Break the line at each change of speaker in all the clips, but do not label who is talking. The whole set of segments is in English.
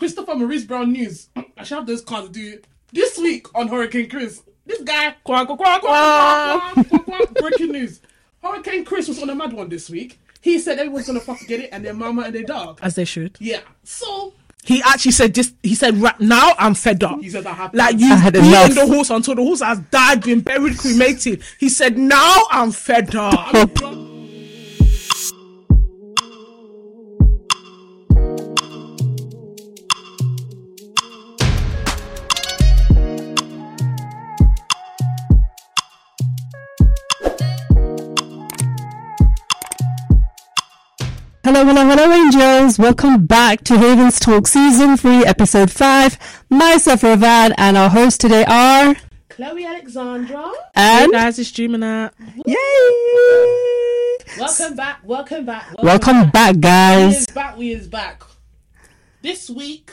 Christopher Maurice Brown news. I should have those cards do this week on Hurricane Chris. This guy, quack, quack, quack,
Ah.
quack, quack, quack, quack, breaking news. Hurricane Chris was on a mad one this week. He said everyone's gonna fucking get it and their mama and their dog.
as they should.
Yeah. So
He actually said this. He said, "Right now, I'm fed up."
He said, "I have-
like you
I had
beaten
enough."
the horse until the horse has died, been buried, cremated." He said, "Now I'm fed up."
I mean,
Hello, hello, hello, angels. Welcome back to Havens Talk Season 3, Episode 5. Myself, Ravan, and our hosts today are.
Chloe Alexandra.
Hey
And.
guys, it's Dreaming out.
Yay!
Welcome back, welcome back, welcome,
Welcome back,
We
guys.
is back, we is back. This week,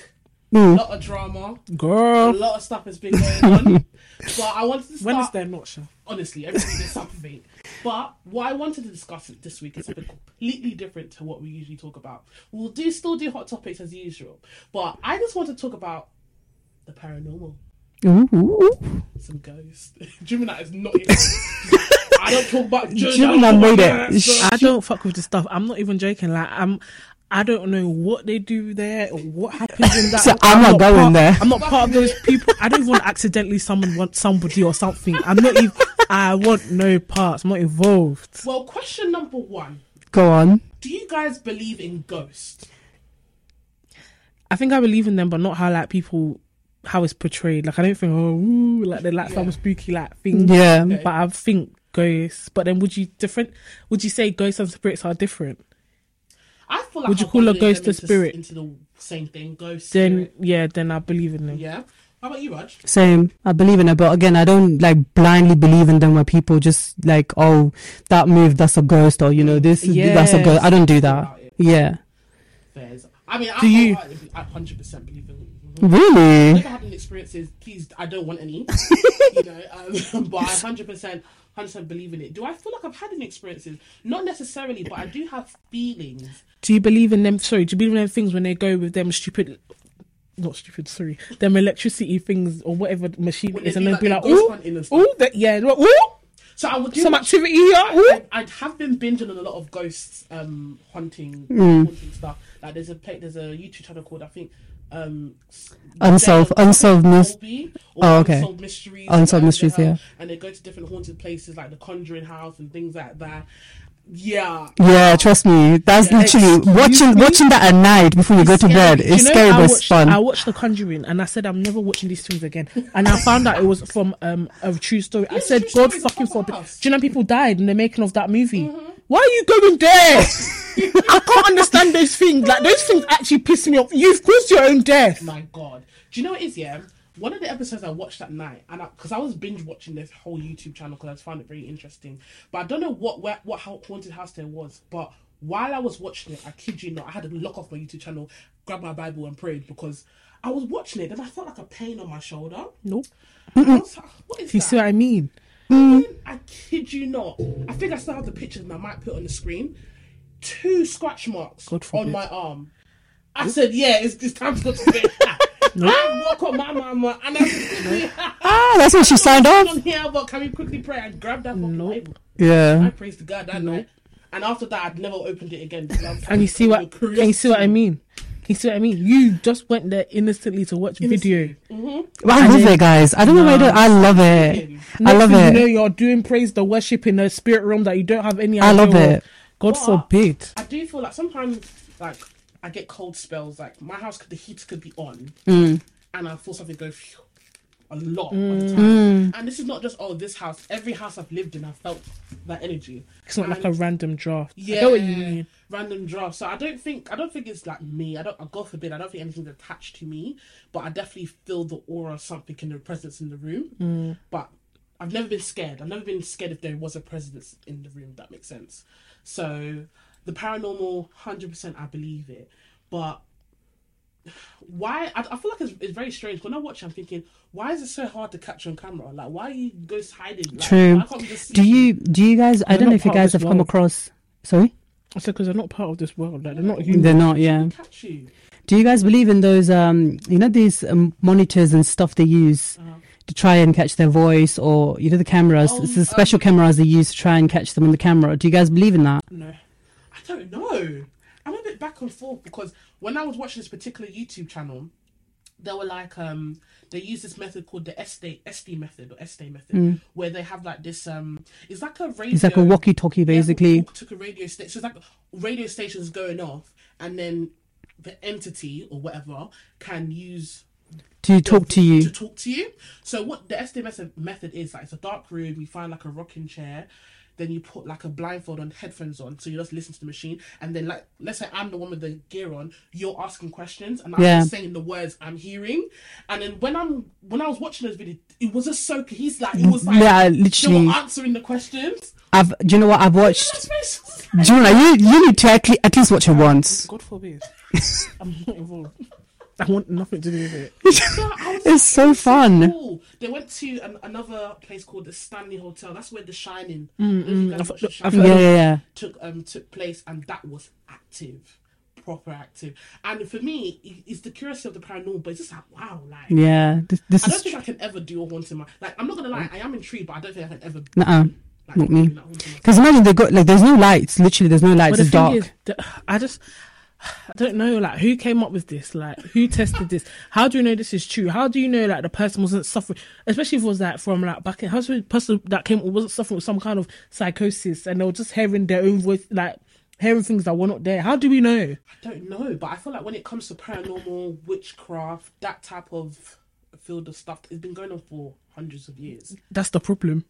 Hmm.
a
Mm.
lot of drama, a
Girl,
lot of stuff has been going on. but I wanted to start
when is their not sure?
honestly, everything is something. But what I wanted to discuss this week is something completely different to what we usually talk about. We'll do still do hot topics as usual, but I just want to talk about the paranormal,
Ooh.
some ghosts. Gemini is not. Here. I don't talk about
Gemini made it.
So-
I don't fuck with this stuff. I'm not even joking. Like I'm. I don't know what they do there or what happens in that.
So I'm not going
part-
there.
I'm not part of those people. I don't want to accidentally someone want somebody or something. I'm not even. I want no parts. I'm not involved.
Well, question number one:
Go on.
Do you guys believe in ghosts?
I think I believe in them, but not how like people how it's portrayed. Like I don't think oh ooh, like they're like some spooky like thing.
Yeah.
Um, But I think ghosts. But then would you different? Would you say ghosts and spirits are different?
I feel like
Would you
I'll
call a
bundle
ghost
them
a
into-
spirit?
Into the same thing, ghost.
Then
spirit.
yeah, then I believe in them.
yeah. How about you, Raj?
Same. I believe in it, but again, I don't like blindly believe in them where people just like, oh, that move, that's a ghost, or you know, this, is that's a
Yes.
ghost. I don't do that. Yeah.
Fairs. I mean, I
Do you-
wholeheartedly- I hundred percent believe in.
Really?
If I had any experiences, please, I don't want any. you know, um, but I hundred percent, hundred percent believe in it. Do I feel like I've had any experiences? Not necessarily, but I do have feelings.
Do you believe in them? Sorry, do you believe in them things when they go with them stupid? Not stupid, sorry. Them electricity things or whatever machine
When
is,
they
and
do,
then
like,
be
the
like,
ghost
"Ooh,
hunting and stuff."
ooh, that, yeah, ooh,
So I would do
some activity here." Ooh.
I, I have been binging on a lot of ghosts um haunting
Hmm.
haunting stuff. Like there's a play, there's a YouTube channel called I think um s-
Unsolved-
Dead-
Unsolved Mys-
Colby or
Oh, okay.
Unsolved mysteries.
Unsolved
whatever
Mysteries,
they have.
yeah.
And they go to different haunted places like the Conjuring House and things like that. Yeah.
Yeah, trust me. That's
Yeah.
literally
Excuse
watching
me?
watching that at night before you go to bed.
Do you
It's
know
scary,
I
but it's
watched-
fun.
I watched The Conjuring and I said I'm never watching these films again. And I found out it was from um, a true story. I
it's
said,
true
God
story, Mm-hmm. the
fucking
proper
forbid.
house.
Do you know people died in the making of that movie? Why are you going there? I can't understand those things. Like those things actually piss me off. You've caused your own death.
my god. Do you know what it is, yeah? One of the episodes I watched that night, and because I, was binge watching this whole YouTube channel because I just found it very interesting, but I don't know what where, what how haunted house there was. But while I was watching it, I kid you not, I had to lock off my YouTube channel, grab my Bible, and prayed because I was watching it, and I felt like a pain on my shoulder.
Nope.
And I was like, what is
You
that?
see what I mean?
I kid you not. I think I still have the pictures, and I might put on the screen. Two scratch marks
God forbid.
on my arm. I said, "Yeah, it's, it's time to go to bed." I woke up my mama, and I said, quickly,
ah, that's what she signed off.
"I'm here, but can we quickly pray?" And grab that fucking
Nope.
Bible. I
Yeah.
praise to God that night. And after that, I'd never opened it again. because I was
And you see what?
curious.
Can you see what I mean? Can you see what I mean? You just went there innocently to watch video.
I love it, guys. I don't know why I, don't, I love it. I
Next
love
thing You know
it.
you're doing praise the worship in a spirit realm that you don't have any.
I
idea
love
of.
it.
God forbid.
I do feel like sometimes, like I get cold spells. Like my house, could, the heat could be on,
Mm.
and I feel something go phew, a lot of the time.
Mm.
And this is not just oh this house. Every house I've lived in, I felt that energy.
It's not like a random draft.
Yeah,
I know what you mean.
random draft. So I don't think I don't think it's like me. I don't. God forbid. I don't think anything's attached to me. But I definitely feel the aura of something in the presence in the room.
Mm.
But I've never been scared. I've never been scared if there was a presence in the room. if That makes sense. So the paranormal, hundred percent, I believe it. But why? I, I feel like it's, it's very strange. When I watch, it, I'm thinking, why is it so hard to capture on camera? Like, why are you ghost hiding? Like,
True.
why can't we just see
Do you do you guys? I don't
not
know if you
part of
guys
this
have come
world.
across. Sorry,
I said because they're not part of this world. Like they're not human.
they're not. Yeah.
catch you?
Do you guys believe in those, um, you know, these um, monitors and stuff they use
Uh-huh.
to try and catch their voice or, you know, the cameras?
Oh,
it's the
um,
special cameras they use to try and catch them on the camera. Do you guys believe in that?
No, I don't know. I'm a bit back and forth because when I was watching this particular YouTube channel, they were like, um, they use this method called the SD SD method or SD method, where they have like this, um, it's like a radio.
Mm. It's like a walkie talkie, basically.
Yeah, took a radio station. So it's like radio stations going off, and then the entity or whatever can use
to talk to you.
to talk to you. So what the SDMS method is like it's a dark room, you find like a rocking chair, then you put like a blindfold on, headphones on, so you just listen to the machine and then like let's say I'm the one with the gear on, you're asking questions and I'm
Yeah.
just saying the words I'm hearing. And then when I'm when I was watching those videos, it was just so he's like it was like
Yeah,
they
literally.
were answering the questions.
I've, do you know what I've watched?
God
Jonah, you, you need to at, le- at least watch it once.
forbid. I'm not involved.
I want nothing to do with it.
No, I was
It's so fun.
Cool. They went to an, another place called the Stanley Hotel. That's where The Shining.
Mm,
I've-
Mm-hmm.
I've
Yeah, yeah, yeah.
Took um took place, and that was active, proper active. And for me, it- it's the curiosity of the paranormal. But it's just like wow, like
Yeah, this, this
I don't
is.
think I can ever do a haunted. Man. Like I'm not gonna lie, I am intrigued, but I don't think I can ever.
Nuh-uh.
Like,
Not me.
do that haunted man.
Because imagine they got like there's no lights. Literally, there's no lights. It's dark.
is, that I just, I don't know, like, who came up with this? Like, who tested this? How do you know this is true? How do you know, like, the person wasn't suffering, especially if it was, like, from, like, back in, how's the person that came wasn't suffering with some kind of psychosis and they were just hearing their own voice, like, hearing things that were not there? How do we know?
I don't know, but I feel like when it comes to paranormal, witchcraft, that type of field of stuff, it's been going on for hundreds of years.
That's the problem.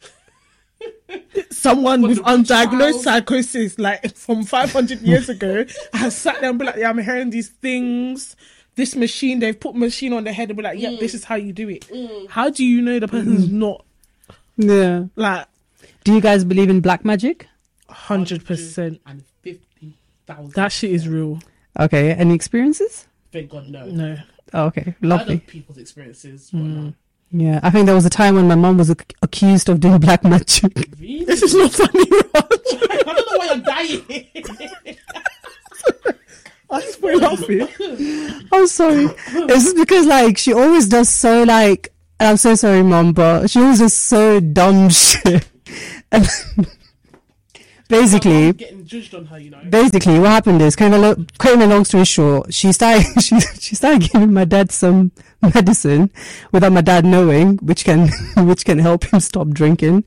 Someone with
the rich
undiagnosed
child.
psychosis, like from 500 years ago, has sat there and be like, yeah, I'm hearing these things. This machine, they've put machine on their head and be like, yep,
Mm.
this is how you do it. How do you know the person's not
Yeah.
like
Do you guys believe in black magic?
100%?
and fifty thousand.
That shit is real.
Okay. Any experiences?
Thank God, no.
No.
Oh, okay.
I
Lovely. Mm.
know people's experiences. But no.
Yeah. I think there was a time when my mom was ac- accused of doing black magic.
Really?
This is not funny, Raj.
I don't know why you're dying.
I just put it off you.
I'm sorry. It's just because like she always does so like and I'm so sorry, mom, but she always does so dumb shit. and basically,
I'm getting judged on her, you know.
basically what happened is cutting a, lo- cutting a long story short she started she, she started giving my dad some medicine without my dad knowing which can which can help him stop drinking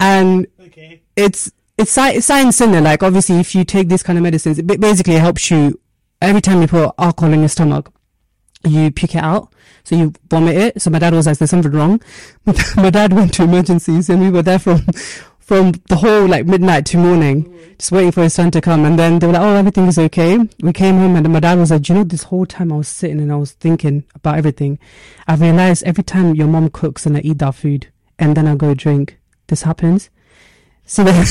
and
Okay.
it's it's, sci- it's science in there like obviously if you take this kind of medicines it ba- basically helps you every time you put alcohol in your stomach you puke it out so you vomit it so my dad was like there's something wrong my dad went to emergencies and we were there from from the whole like midnight to morning just waiting for his son to come and then they were like oh everything is okay we came home and then my dad was like "Do you know this whole time i was sitting and i was thinking about everything i realized every time your mom cooks and i eat that food and then i go drink this happens so then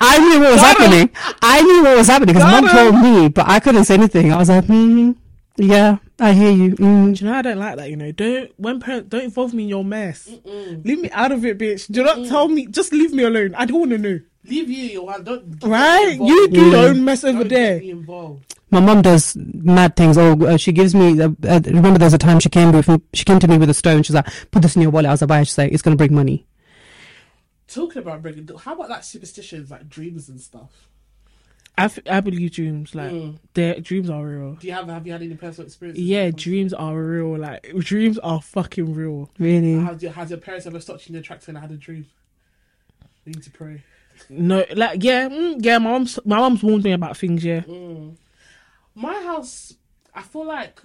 I knew what was happening. I knew what was happening because
Got
mom
him.
told me, but I couldn't say anything. I was like, mm, yeah, I hear you. Mm.
Do you know I don't like that? You know, don't when parents don't involve me in your mess. Leave me out of it, bitch.
Mm.
Do not tell me. Just leave me alone. I don't want to know.
Leave you your one. Don't don't
Right?
get me
You
involved.
do your own mess over
Don't
there.
Get me involved.
My mom does mad things. Oh, uh, she gives me. Uh, uh, remember, there's a time she came with she came to me with a stone. She's like, put this in your wallet. I was like, why? She's like, it's gonna bring money.
Talking about breaking. How about like superstitions, like dreams and stuff?
I, f- I believe dreams. Like their dreams are real.
Do you have have you had any personal experiences?
Yeah, dreams are real. Like dreams are fucking real.
Really?
Has your, has your parents ever stopped you in the tracks and I had a dream? You need to pray.
No, like yeah, mm, yeah. My mom's my mom's warned me about things. Yeah,
my house i feel like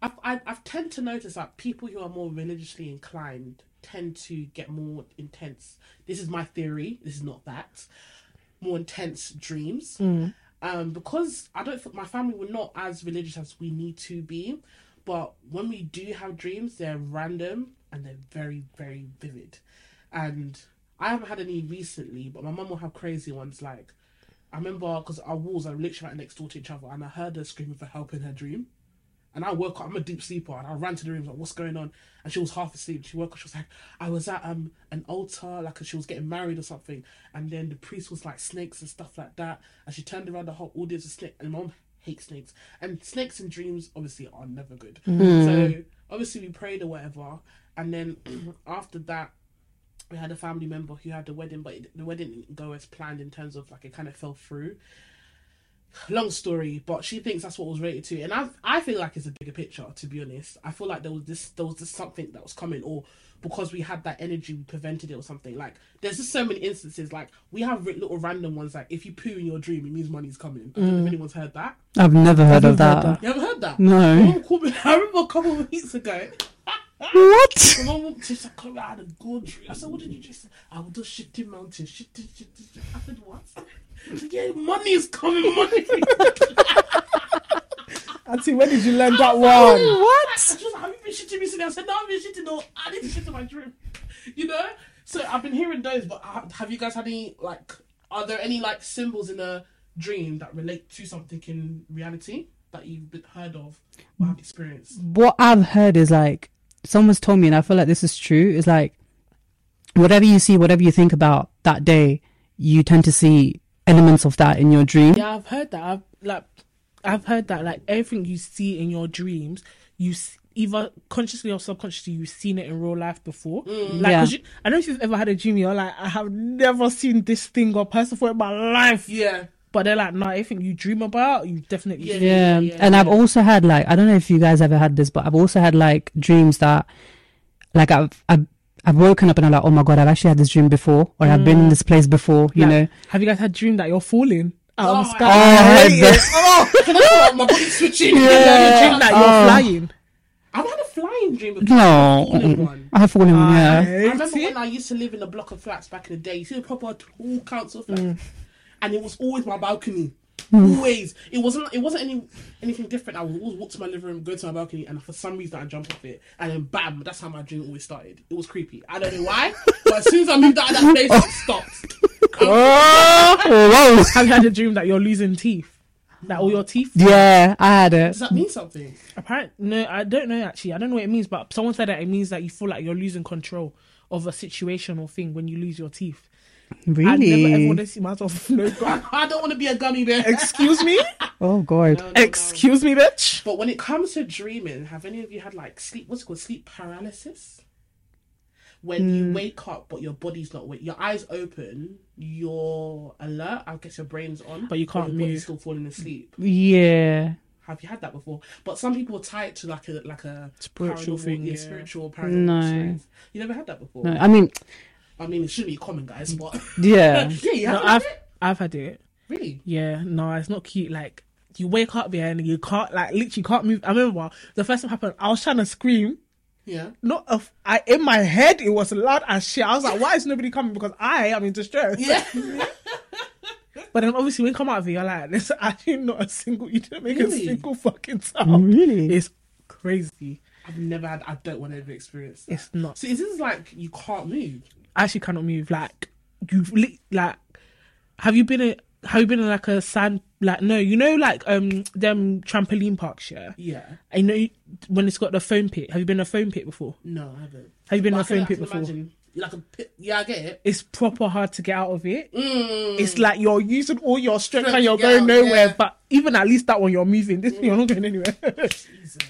i i i tend to notice that people who are more religiously inclined tend to get more intense this is my theory this is not that more intense dreams um because i don't think my family were not as religious as we need to be but when we do have dreams they're random and they're very very vivid and i haven't had any recently but my mum will have crazy ones like I remember because our walls are literally right next door to each other, and I heard her screaming for help in her dream. And I woke up. I'm a deep sleeper, and I ran to the room like, "What's going on?" And she was half asleep. She woke up. She was like, "I was at um an altar, like she was getting married or something." And then the priest was like snakes and stuff like that. And she turned around the whole audience of snake, and mom hate snakes, and snakes in dreams obviously are never good. So obviously we prayed or whatever, and then after that, we had a family member who had the wedding, but it, the wedding didn't go as planned in terms of like it kind of fell through. Long story, but she thinks that's what was related to, and I I feel like it's a bigger picture. To be honest, I feel like there was this there was this something that was coming, or because we had that energy, we prevented it or something. Like there's just so many instances. Like we have ri- little random ones. Like if you poo in your dream, it means money's coming. I don't know if anyone's heard that.
I've never heard of
never heard
that.
that.
You ever heard that?
No.
Someone called me- I remember a couple of weeks ago.
What?
My mum walked in, she's like, come out of the country. I said, what did you just say? I was just shifting mountains. Shifting, shifting, shifting. I said, what? She said, yeah, money is coming, money.
Auntie, when did you learn that one?
She
What?
was like, have you been shitting recently? I said, no, I've been shitting. No, I need to shit in my dream. You know? So I've been hearing those, but ha- have you guys had any, like, are there any, like, symbols in a dream that relate to something in reality that you've been heard of or have experienced?
What I've heard is like someone's told me, and I feel like this is true. Is like whatever you see, whatever you think about that day, you tend to see elements of that in your dream.
Yeah, I've heard that. I've like, I've heard that. Like everything you see in your dreams, you s either consciously or subconsciously, you've seen it in real life before. Mm. Like,
Yeah.
'cause you, I don't know if you've ever had a dream. You're like, I have never seen this thing or person for in my life.
Yeah.
But they're like, no, everything you dream about, you definitely.
Yeah.
see.
Yeah.
yeah,
and I've also had like I don't know if you guys ever had this, but I've also had like dreams that like I've I've I've woken up and I'm like, oh my god, I've actually had this dream before, or I've been in this place before, you
Like,
know.
Have you guys had dream that you're falling out
Oh
of the
my
sky?
God.
Oh, I had that.
Oh, my body's switching.
You dream that you're
Oh.
flying.
I've had a flying dream before.
No,
I've fallen one.
I have fallen one. Yeah.
I remember when I used to live in a block of flats back in the day. You see the proper tall council flats, and it was always my balcony. Always, it wasn't. It wasn't any anything different. I would always walk to my living room, go to my balcony, and for some reason I jump off it, and then bam! That's how my dream always started. It was creepy. I don't know why, but as soon as I moved out of that place, it stopped.
Oh, whoa.
Have you had a dream that you're losing teeth? That all your teeth?
Yeah, I had it.
Does that mean something?
Apparently, no, I don't know actually. I don't know what it means, but someone said that it means that you feel like you're losing control of a situation or thing when you lose your teeth. I never ever want
Really?
to see myself. No, God.
I don't want to be a gummy bear.
Excuse me?
Oh god.
No, no, no.
Excuse me, bitch?
But when it comes to dreaming, have any of you had like sleep? What's it called sleep paralysis? When
Mm.
you wake up, but your body's not awake. Your eyes open, you're alert. I guess your brain's on,
But you can't
your body's
move.
Still falling asleep.
Yeah.
Have you had that before? But some people tie it to like a like a
Spiritual
paranormal-
thing,
yeah,
yeah.
spiritual paranormal.
No.
experience. you never had that before.
No, I mean,
I mean, it should be common, guys. But
yeah.
yeah, you
No,
have
I've I've had it.
really.
Yeah, no, it's not cute. Like you wake up yeah, and you can't like literally can't move. I remember the first time happened, I was trying to scream.
Yeah,
Not a f- I in my head it was loud as shit. I was like, why is nobody coming? Because I am in distress.
yeah.
But then obviously when you come out of it, you're like, there's actually not a single you didn't make
Really?
a single fucking sound.
Really?
It's crazy.
I've never had. I don't want to ever experience that.
It's not
So is this like you can't move?
I actually cannot move. Like you li- like have you been in have you been in like a sand like no, you know like um them trampoline parks, yeah?
Yeah.
I know you, when it's got the foam pit. Have you been in a foam pit before?
No, I haven't.
Have you been in
But
a
I can-
foam
I
pit
can
before?
imagine, Like a pit. Yeah, I get it.
It's proper hard to get out of it.
Mm.
It's like you're using all your strength
Strength
and you're
to get
going
out,
nowhere.
yeah.
But even at least that one you're moving. This one you're not going anywhere.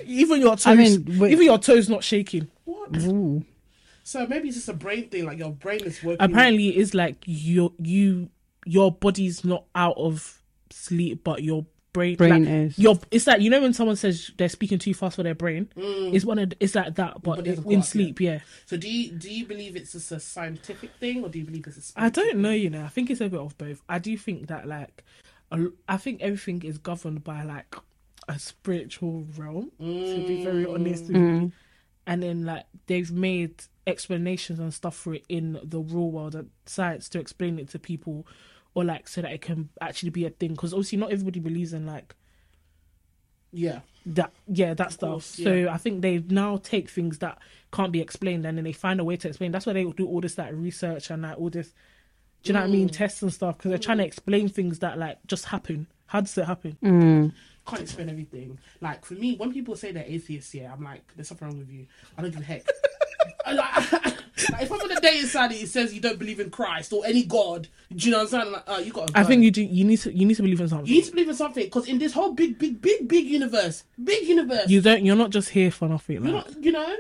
even your toes,
I mean, wait. Mm.
even your toes not shaking.
What?
Ooh.
So maybe it's just a brain thing. Like your brain is working.
Apparently, it is like you, you, your body's not out of sleep, but your brain,
Brain
like,
is.
Your, it's like you know when someone says they're speaking too fast for their brain. It's one of it's like that, but
Mm. body
in
doesn't clock, yeah.
sleep, yeah.
So do you do you believe it's just a scientific thing, or do you believe it's a?
I
spiritual
don't know, you know. I think it's a bit of both. I do think that like, a l- I think everything is governed by like a spiritual realm. To be very honest with you, and then like they've made explanations and stuff for it in the real world and science to explain it to people, or like so that it can actually be a thing. Because obviously, not everybody believes in like
Yeah.
that yeah that stuff
course,
so i think they now take things that can't be explained and then they find a way to explain that's why they do all this like research and like all this do you know what i mean tests and stuff because they're trying to explain things that like just happen how does it happen
Mm.
Can't explain everything. Like for me, when people say they're atheists, yeah, I'm like, there's something wrong with you. I don't give a heck. I- like, like, if I'm on a dating site and it says you don't believe in Christ or any God, do you know what I'm saying? I'm like, oh, you got.
I think you do. You need to. You need to believe in
you
something.
need to believe in something because in this whole big, big, big, big universe, big universe,
You don't. You're not just here for nothing.
You're
Like.
not- you know,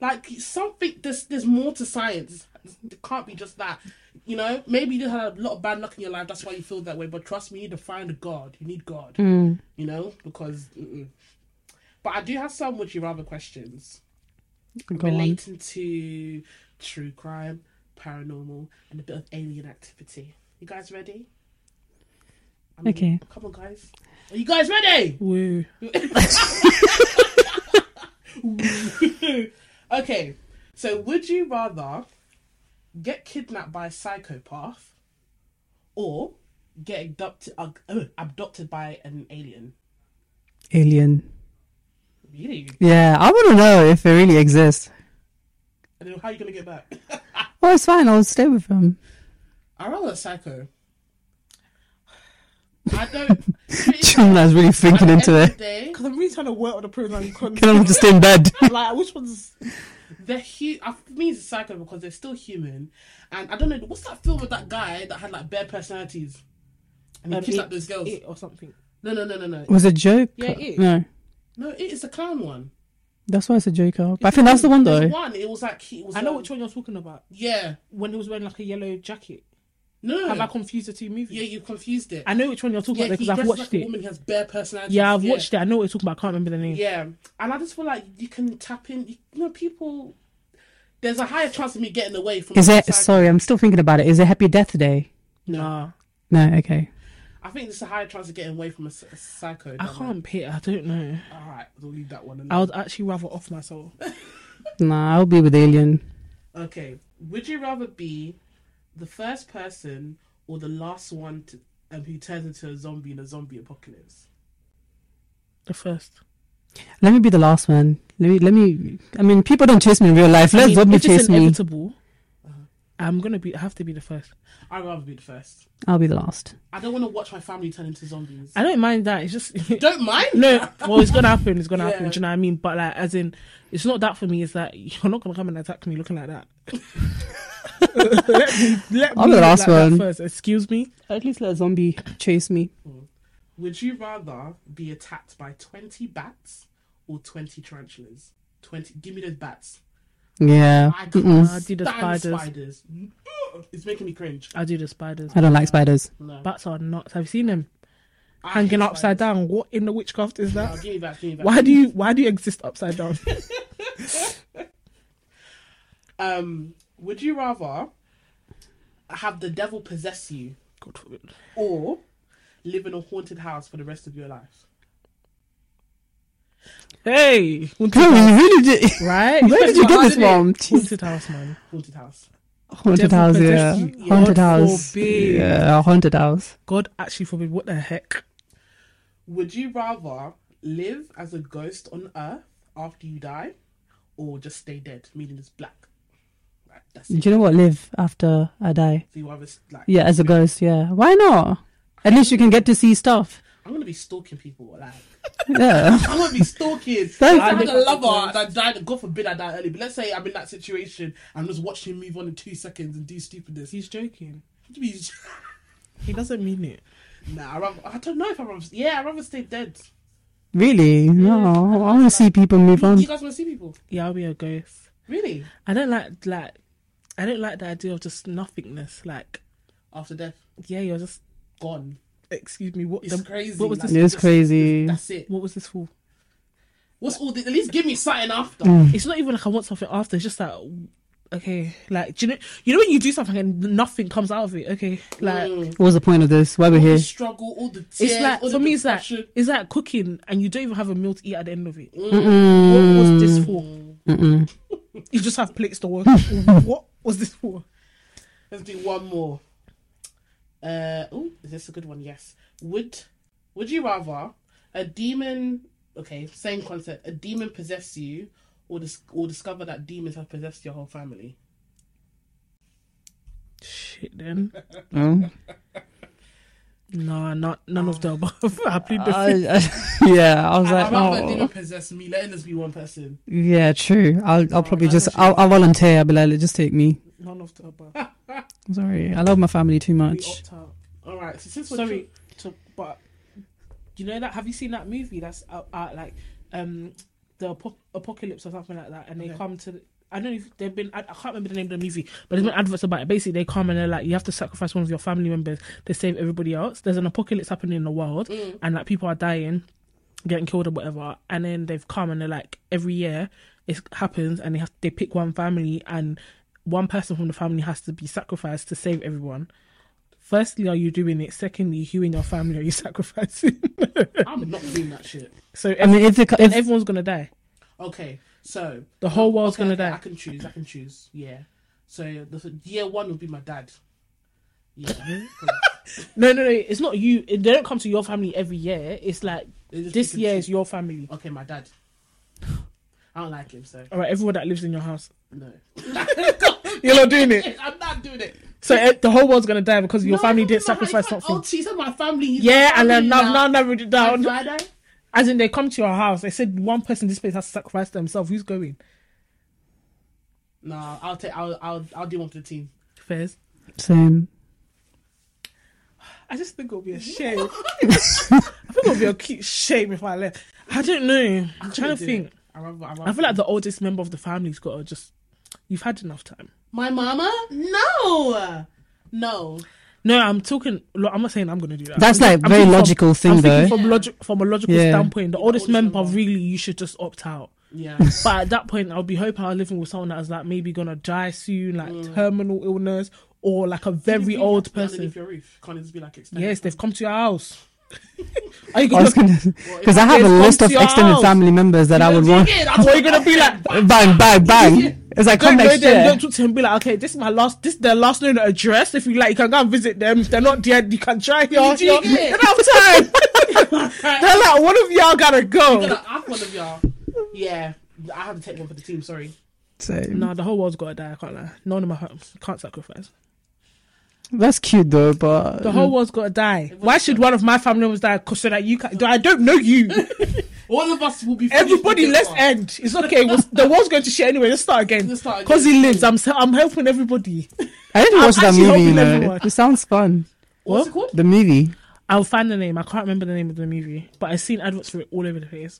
like something. There's there's more to science. It can't be just that. You know, maybe you just had a lot of bad luck in your life. That's why you feel that way. But trust me, you need to find God. You need God.
Hmm.
You know, because. Mm-mm. But I do have some would you rather questions
Go on.
relating to true crime, paranormal, and a bit of alien activity. You guys ready? I mean,
Okay.
Come on, guys. Are you guys ready?
Woo.
Okay, so would you rather get kidnapped by a psychopath or get abducted, uh, uh, abducted by an alien?
Alien.
Really?
Yeah, I want to know if it really exists.
And then how are you going to get back?
Well, it's fine. I'll stay with him.
I'd rather a psycho. I don't.
Chumna's really thinking into it.
Because
Because I'm really trying to work on the pros and cons.
Can I just stay in bed?
like, which one's?
they're hu- I mean, it's a psycho because they're still human. And I don't know. What's that film with that guy that had like bare personalities? And he
Um,
kissed
it-
up those girls.
it or something.
No, no, no, no, no.
Was it Joker?
Yeah, it is.
No,
No, it is the clown one.
that's why it's a Joker. But I think that's the one
There's
though.
one. It was like he it was.
I know
um,
which one you're talking about.
Yeah.
When he was wearing like a yellow jacket.
No.
Have I confused the two movies?
yeah, you confused it.
I know which one you're talking
yeah,
about
he
because I've
dresses
watched
like a
it.
woman who has bare personality.
Yeah, I've watched it. I know what you're talking about. I can't remember the name.
Yeah, and I just feel like you can tap in. You know, people. There's a higher chance of me getting away from.
Is
a
it?
psych-
Sorry, I'm still thinking about it. Is it Happy Death Day?
Nah,
No, okay.
I think there's a higher chance of getting away from a, s- a psycho.
I
than
can't pick. I don't know.
a- All right, we'll leave that one.
I
alone.
would actually rather off myself.
Nah, I'll be with Alien.
Okay, would you rather be the first person or the last one to, um, who turns into a zombie in a zombie apocalypse?
The first.
Let me be the last one. Let me. Let me. I mean, people don't chase me in real life.
I
Let
mean,
zombie
if it's
chase me.
inevitable, Uh-huh. I'm gonna be. I have to be the first.
I'd rather be the first.
I'll be the last.
I don't want to watch my family turn into zombies.
I don't mind that. It's just
don't mind.
no. Well, it's gonna happen. It's gonna happen.
Yeah.
Do you know what I mean? But like, as in, it's not that for me. It's that you're not gonna come and attack me looking like that. let me. Let
I'll
me
be the
look
last
like that
one.
first. Excuse me.
At least let a zombie chase me.
Would you rather be attacked by 20 bats or 20 tarantulas? 20. Give me those bats.
Yeah.
I
Mm-mm.
can't
I do
stand
the spiders.
spiders. It's making me cringe.
I do the spiders.
I don't like spiders.
No.
Bats are nuts. Have you seen them
I
hanging
hate
upside
spiders.
down? What in the witchcraft is
No,
that?
give me bats. Give me bats.
Why do you why do you exist upside down?
Um, would you rather have the devil possess you
God forbid.
or live in a haunted house for the rest of your life?
Hey,
Girl,
haunted
you
house,
really did.
right?
Where did you
Especially
get this from?
hard,
Jeez.
Haunted house, man.
Haunted house.
Haunted
Devil
house, yeah.
possess you.
Haunted
God
house.
forbid.
Yeah, haunted house.
God actually forbid. What the heck?
Would you rather live as a ghost on Earth after you die, or just stay dead, meaning it's black? Right, that's
Do
it.
you know what? Live after I die.
So you rather s- like
Yeah, as a ghost. Yeah. Why not? At least you can get to see stuff.
I'm gonna be stalking people. Like
Yeah.
I'm gonna be stalking. if
That's-
I had a
That's-
lover and I died. God forbid I die early. But let's say I'm in that situation. I'm just watching him move on in two seconds and do stupidness.
He's joking.
He'd be-
He doesn't mean it.
Nah, I, rather, I don't know if I rather. Yeah, I rather stay dead.
Really? No. I want to see people move
You,
on.
you guys want to see people?
Yeah, I'll be a ghost.
Really?
I don't like like. I don't like the idea of just nothingness. Like,
After death,
yeah, you're just.
gone.
Excuse me. What?
It's
The,
crazy.
What was
like,
this?
It is crazy.
That's it.
What was this for?
What's all this? At least give me something after.
It's not even like I want something after. It's just like, okay, like do you know? You know when you do something and nothing comes out of it. Okay, like.
Mm.
What was the point of this? Why we're
All
here?
the struggle, all the tears.
It's like
all
for
the
me, it's like
depression.
it's like cooking, and you don't even have a meal to eat at the end of it.
Mm-mm.
What was this for?
Mm-mm.
You just have plates to wash. what was this for?
Let's do one more. Uh, oh, is this a good one? Yes. Would Would you rather a demon? Okay, same concept. A demon possess you, or dis- or discover that demons have possessed your whole family.
Shit, then.
Oh.
No, not none of the above. I plead the fifth.
I- I- yeah, I was
I'd
like,
rather a demon
oh,
possess me, letting us be one person.
yeah, true. I'll, I'll probably
I
just,
actually-
I'll, I'll volunteer. I'll be like, just take me.
None of the above.
I'm sorry, I love my family too
We
much.
opt out.
All right, so since we're
Sorry, to, but you know that? Have you seen that movie? That's out, out like um the apo- apocalypse or something like that, and they
Okay.
come to. The, I don't know if they've been. I, I can't remember the name of the movie, but there's been adverts about it. Basically, they come and they're like, "You have to sacrifice one of your family members to save everybody else." There's an apocalypse happening in the world, and like people are dying, getting killed or whatever. And then they've come and they're like, every year it happens, and they have they pick one family, and one person from the family has to be sacrificed to save everyone. Firstly, are you doing it? Secondly, who in your family are you sacrificing?
I'm not doing that shit.
so
I
ev-
mean, if the,
then
if,
everyone's gonna die.
Okay, so
The whole world's
okay,
gonna
okay,
die.
I can choose. I can choose. Yeah. So the year one would be my dad. Yeah.
No, no, no. It's not you. They don't come to your family every year. It's like
They just
this
pick and
year
choose.
is your family.
Okay, my dad. I don't like him, so
All right, everyone that lives in your house,
no.
you're not doing it.
I'm not doing it.
So eh, the whole world's gonna die because your
No,
family
I don't
didn't
know how you
sacrifice
can't-
something.
Oh, she's in my family. he's
yeah,
my
and then
family
now, now narrowed it down.
On Friday?
As in, they come to your house. They said one person in this place has to sacrifice themselves. Who's going?
No, I'll take. I'll. I'll. I'll do one for the team.
Fairs.
same.
I just think it'll be a shame. I think it'll be a cute shame if I left. I don't know. I'm trying to
do
think.
it. I, rather- I,
I feel like the oldest member of the family's got to just. You've had enough time.
my mama. No, no.
No, I'm talking. Look, I'm not saying I'm gonna do that.
That's
I'm-
like
I'm
very
thinking from-
logical
I'm
thing
thinking
though.
From, logic, from a logical
Yeah.
standpoint, the oldest
oldest
member
member.
really you should just opt out.
Yeah.
But at that point, I'll be hoping I was living with someone that was like maybe gonna die soon, like terminal illness, or like a very
Mm. You have
old
to be underneath
person.
Your roof can't it just be like extended.
Yes, they've come to your house. Are you
I
gonna?
was gonna, because I have
Yes,
a
come
list
to
of
your
extended
house.
family members that I would want.
Yeah, that's
What are you gonna be like?
Bang, bang, bang. It's like
Don't
come
go
next
there.
year.
Don't talk to him. Be like, okay, this is my last. This is their last known address. If you like, you can go and visit them. If they're not dead, you can try here.
Do you
here.
get it?
They don't have time. they're like, one of y'all gotta go.
gonna ask one of y'all. Yeah, I have to take one for the team. Sorry.
Same.
Nah, the whole world's gotta die. I can't lie. None of my homes can't sacrifice.
That's cute though, but
The whole world's gotta die. Why should one of my family members die? 'Cause so that you can. I don't know you.
All of us will be. finished
Everybody,
with
let's
this one.
end. It's okay. We'll- the world's going to shit anyway. Let's start again.
Let's start again.
Cause he lives. I'm s- I'm helping everybody.
I didn't
I'm
watch that
actually
movie. You
helping
know,
everyone.
it, sounds fun.
What's it called?
The movie.
I'll find the name. I can't remember the name of the movie, but I've seen adverts for it all over the place.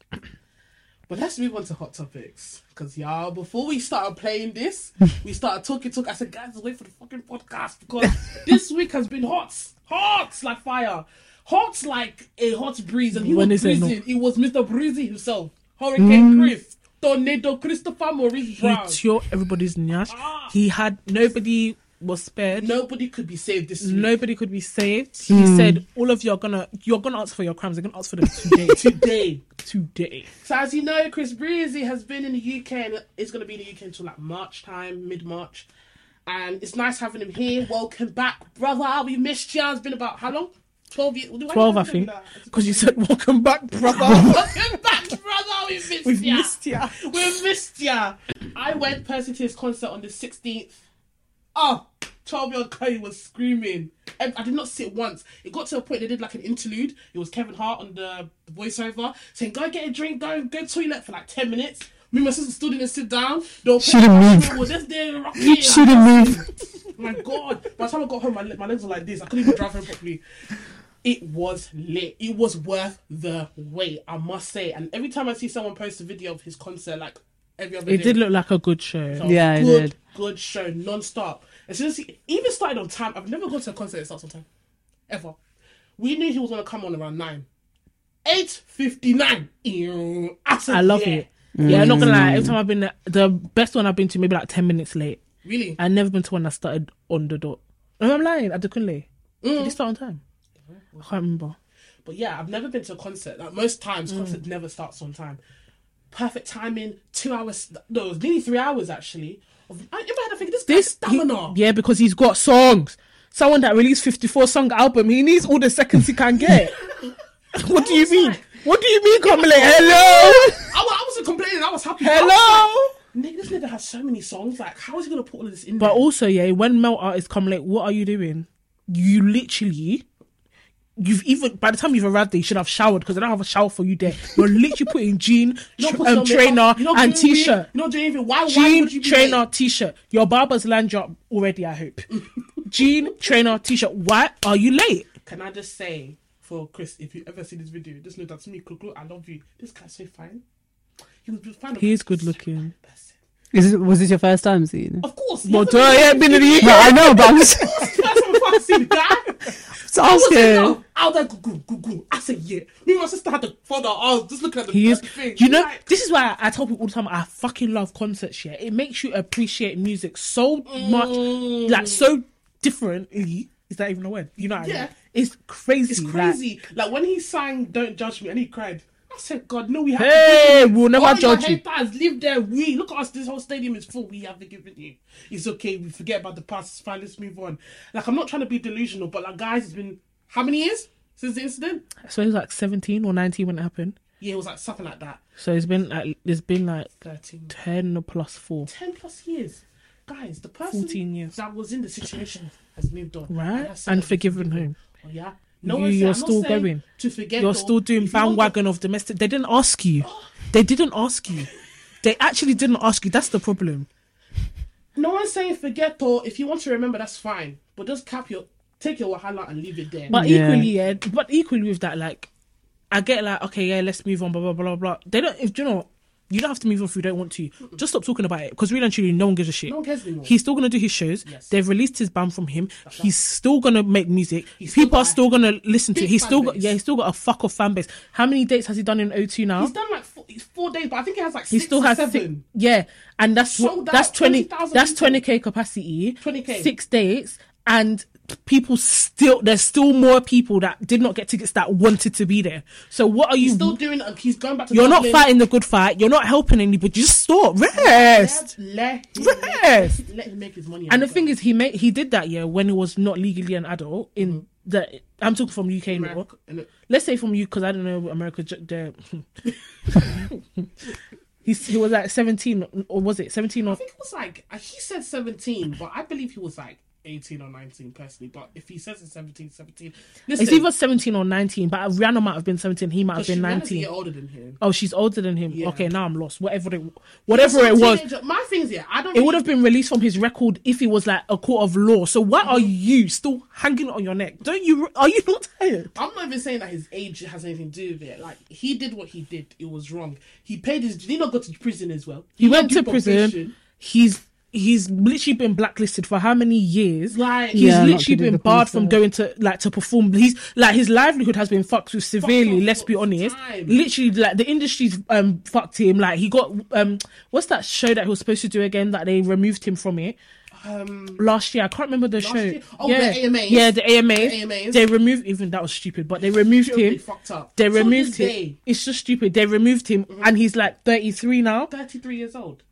But let's move on to hot topics. Because, y'all, before we started playing this, we started talking, talking. I said, guys, wait for the fucking podcast because this week has been hot. Hot like fire. Hot like a hot breeze. And he
When
was
is it
breezing.
not?
It was Mr. Breezy himself. Hurricane Chris. Tornado Christopher Maurice
He
Brown.
tore everybody's nyash. He had nobody was spared.
Nobody could be saved this week.
Nobody could be saved. He said, "All of you are gonna, you're gonna answer for your crimes. You're gonna answer for them today,
Today.
today."
So as you know, Chris Breezy has been in the UK and is going to be in the UK until like March time, mid March, and it's nice having him here. Welcome back, brother. We missed you. It's been about how long? Twelve years. Why do
Twelve, I
remember
think,
that?
because you said, "Welcome back, brother."
Welcome back, brother. We missed
We've
ya.
missed you.
We missed ya. I went personally to his concert on the sixteenth. Oh, 12 year old Chloe was screaming. I, I did not sit once. It got to a point they did like an interlude. It was Kevin Hart on the voiceover saying, Go get a drink, go go toilet for like 10 minutes. Me and my sister still didn't sit down. They were
Should've
playing-
moved.
They were just there rocking.
Should have moved.
My God. By the time I got home, my, le- my legs were like this. I couldn't even drive home properly. It was lit. It was worth the wait, I must say. And every time I see someone post a video of his concert, like every other
It
day,
did look like a good show.
so
Yeah, it
good,
did.
good show, non-stop. As soon as he even started on time, I've never gone to a concert that starts on time, ever. We knew he was gonna come on around nine, eight fifty-nine.
I love it. Mm. Yeah, I'm not gonna lie. Every time I've been, there, the best one I've been to maybe like ten minutes late.
Really?
I've never been to one that started on the dot. No, I'm lying. At the Kunle, did it start on time? I can't remember.
But yeah, I've never been to a concert. Like most
Mm.
times, concert never starts on time. Perfect timing. Two hours. No, it was nearly three hours actually. Of, I, in my head, I think this, this
This he-
stamina.
yeah, because he's got songs. Someone that released 54 song album, he needs all the seconds he can get. what do you mean? What do you mean, Kamala? Hello,
I, wa- I wasn't complaining. I was happy. I was
hello.
like, Nigga, this nigga has so many songs. Like, how is he gonna put all of this in?
But
there?
also, yeah, when Mel artists come late, what are you doing? You literally You've even by the time you've arrived there, you should have showered because I don't have a shower for you there. You're literally putting jean,
You're not
tr-
putting
um,
on makeup,
trainer,
you're not
and
doing it,
t-shirt.
You're not doing anything. Why? why
Jean,
would you be
trainer,
late?
t-shirt. Your barber's land you up already. I hope. Jean, trainer, t-shirt. Why are you late?
Can I just say for Chris, if you ever see this video, just know that's me, Kuku. I love you. This guy's so fine. He was fine.
He is good looking.
Is it, was this your first time seeing it?
Of course.
Well,
he's
do I ain't uh, been in the
But I know, but I'm just,
the first time I've ever seen that.
just
I was like,
asking.
no. I was like, Kuku, Kuku. I said, yeah. Me and my sister had to follow. I was just looking at the
He is.
bloody thing.
You know,
Like,
this is why I, I tell people all the time. I fucking love concerts. Yeah, it makes you appreciate music so
Mm.
much, like so differently. Is that even a word? You know, what I
Yeah.
mean? it's crazy.
it's
like,
crazy. Like when he sang "Don't Judge Me" and he cried. I said, God, no, we have
Hey,
forgiven you.
we'll never
All
judge you.
your haters, live there. We look at us. This whole stadium is full. We have forgiven you. It's okay. We forget about the past. It's fine. Let's move on. Like I'm not trying to be delusional, but like guys, it's been how many years since the incident?
So he was like seventeen or nineteen when it happened.
Yeah, it was like something like that.
So it's been like it's been like
13,
ten plus four.
10 plus years. Guys, the person
14 years.
that was in the situation has moved on.
Right?
has said
And
that they
forgiven
forgive
him.
Oh, yeah. No
You-
one's saying-
you're
I'm not
still
saying
going.
To forget
You're
or-
still doing
if you Oh. want to-
bandwagon of domestic. They didn't ask you. They didn't ask you. They actually didn't ask you. That's the problem.
No one's saying forget or if you want to remember, that's fine. But just cap your take your wahala and leave it there.
But
Yeah.
equally, yeah. But equally with that, like, I get like, okay, yeah, let's move on, blah blah blah blah. They don't. If you know, you don't have to move on if you don't want to. Just stop talking about it because really and truly, no one gives a shit.
No one cares anymore.
He's still gonna do his shows.
Yes.
They've released his band from him. he's still gonna make music.
He's still
People are
got a
still gonna listen to. it.
big
He's still
fan
got
base.
yeah. He's still got a fuck off fan base. How many dates has he done in O2 now?
He's done like four, it's four days, but I think he has like
he
six
still
or
has
seven.
six, yeah, and that's what,
Sold out,
that's twenty
20,000
that's
people.
twenty k capacity,
20K.
six dates, and people still there's still more people that did not get tickets that wanted to be there. So what are you?
He's still doing it. He's going back to.
you're not
Dublin.
fighting the good fight. You're not helping anybody. Just stop, rest.
Let, let, him
Rest.
Make, let him make his money.
And the thing is, he made he did that yeah when he was not legally an adult in
Mm-hmm.
the. I'm talking from UK law. Let's say from you because I don't know America. ju- The, he's, he was like 17 or was it 17
I
or
think it was like uh, he said seventeen, but I believe he was like eighteen or nineteen personally. But if he says it's 17, 17. Listen,
It's either 17 or 19, but Rihanna might have been 17. He might have
because
been
she managed to
19.
get older than him.
Oh, she's older than him.
Yeah.
Okay, now I'm lost. Whatever it, whatever it
Some
was,
teenager- My thing's yeah, I don't.
it would have been released from his record if it was like a court of law. So why are
Mm-hmm.
you still hanging on your neck? Don't you? Are you not tired?
I'm not even saying that his age has anything to do with it. Like he did what he did, it was wrong. He paid his. Did he not go to prison as well?
He went to
did
prison.
probation.
He's he's literally been blacklisted for how many years?
Like-
he's
Yeah, not to
literally
do
been
the
barred from
concert.
going to like to perform. He's like his livelihood has been fucked with severely.
off
let's be
for
honest.
time.
Literally, like the industry's um fucked him. Like he got um what's that show that he was supposed to do again that they removed him from it.
Um,
Last year, I can't remember the show.
year? Oh, the
yeah.
AMAs.
Yeah, the AMAs.
The AMAs.
They removed even that was stupid, but they removed
they
him.
fucked up.
They
Till this
removed him.
day, Mm-hmm.
It's just stupid. They removed him, and he's like thirty three now.
33 years old.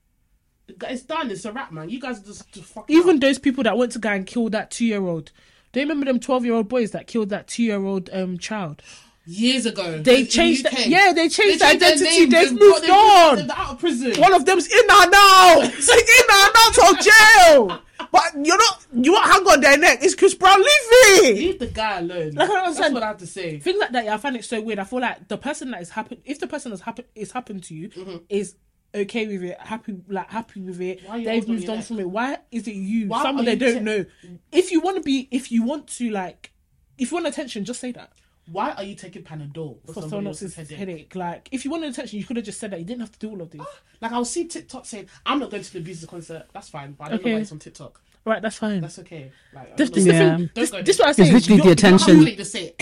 The guy- It's done. It's a wrap, man. You guys just, just fuck
Even
up.
those people that went to go and kill that two year old. Do you remember them twelve year old boys that killed that two year old um child?
years ago
They
in the
changed
UK,
the- yeah, they changed the
their
identity.
name,
They've
got
moved
them-
on.
They're out of prison.
One of them's in and now. Say in and out of jail. But you're not you won't hang on their neck. It's Chris Brown leaving.
Leave the guy alone.
Like, I don't
That's
understand.
what I have to say.
Things like that, yeah, I find it so weird. I feel like the person that is happened if the person that's happened is happened to you is okay with it, happy like happy with it.
Mm-hmm. Why are you
They've
holding
moved
your
on
neck?
from it. Why is it you?
Why
Some
are
they
you
don't
te-
know. If you want to be if you want to like if you want attention, just say that.
Why are you taking Panadol
for someone else's headache. Ah, Like, if you wanted attention, you could have just said that. You didn't have to do all of this.
Like I'll see TikTok saying, "I'm not going to the Beatles concert." That's fine, but I don't
Okay.
know why it's on TikTok.
Right, that's fine.
That's okay. Like, I
this,
don't
this
know.
the
Yeah.
thing.
Don't
This,
go
this is
there.
what I say.
literally
you're-
the attention.
I'm willing to say it.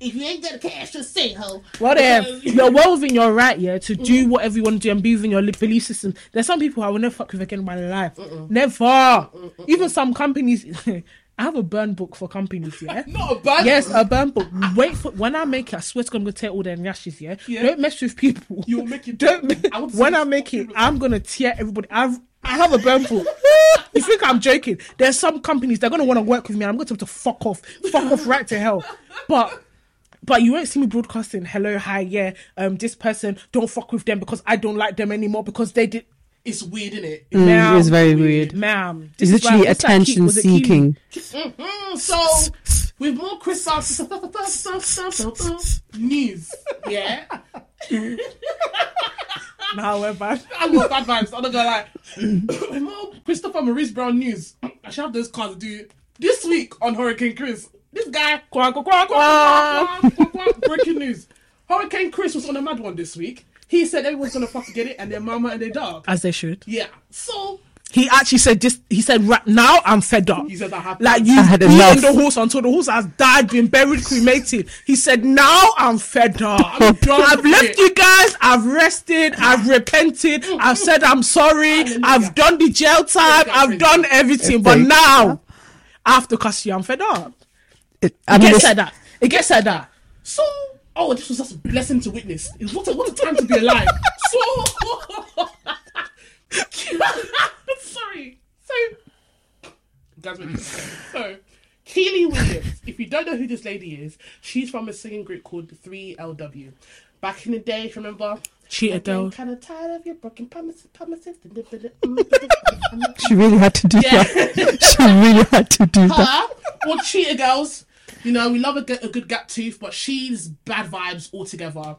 if you ain't got the cash, just say it, ho.
Whatever.
Because-
You're well within your right, yeah, to do
Mm.
whatever you want to do and be within your li- belief system. There's some people I will never fuck with again in my life. Never. Even some companies. I have a burn book for companies, yeah.
Not a bad.
Yes, a burn book. Wait for when I make it. I swear to God, I'm gonna tear all their ashes. Yeah?
Yeah.
don't mess with people.
You'll make it-
Don't.
I want to
when
see
I
this
make it,
fucking
I'm gonna tear everybody. I've I have a burn book. you think I'm joking? There's some companies they're gonna want to work with me. and I'm gonna tell them to fuck off, fuck off right to hell. But. But you won't see me broadcasting, hello, hi, yeah, um, this person, don't fuck with them because I don't like them anymore because they did,
it's weird, isn't it?
ma'am.
it's very weird.
Ma'am.
It's
this is why-
literally
what's that key-
attention
was it Keely?
seeking.
Mm, Mm-hmm. so with more Christmas news. Yeah,
Now we're back.
I got bad vibes. I'm not gonna lie. with more Christopher Maurice Brown news. I should have those cards do this week on Hurricane Chris. This guy Ah.
Quack, quack, quack, quack.
Wah, wah, wah. Breaking news. Hurricane Chris was on a mad one this week. He said everyone's gonna fucking get it and their mama and their dog.
As they should.
Yeah. So
He actually said this. He said, "Right now, I'm fed up."
he said that happened.
Like you
I had
beating
enough.
the horse until the horse has died, been buried, cremated. He said, "Now I'm fed up.
I'm done
I've
with
left
it."
you guys. I've rested. I've repented. I've said I'm sorry. I've done the jail time.
Exactly.
I've done everything. But
Exactly.
now, I have to cuss you. I'm fed up."
It,
It
I mean,
gets like
it's-
that. It gets like that.
so oh this was just a blessing to witness. What a what a time to be alive. so sorry. So guys wait. So Keely Williams, if you don't know who this lady is, she's from a singing group called 3LW. Back in the day, if you remember,
Cheater girl.
kind of tired of your broken promises, promises.
she really had to do
Yeah.
that. She really had to do that.
Her Uh-huh. or cheater girls. You know, we love a, g- a good gap tooth, but she's bad vibes altogether.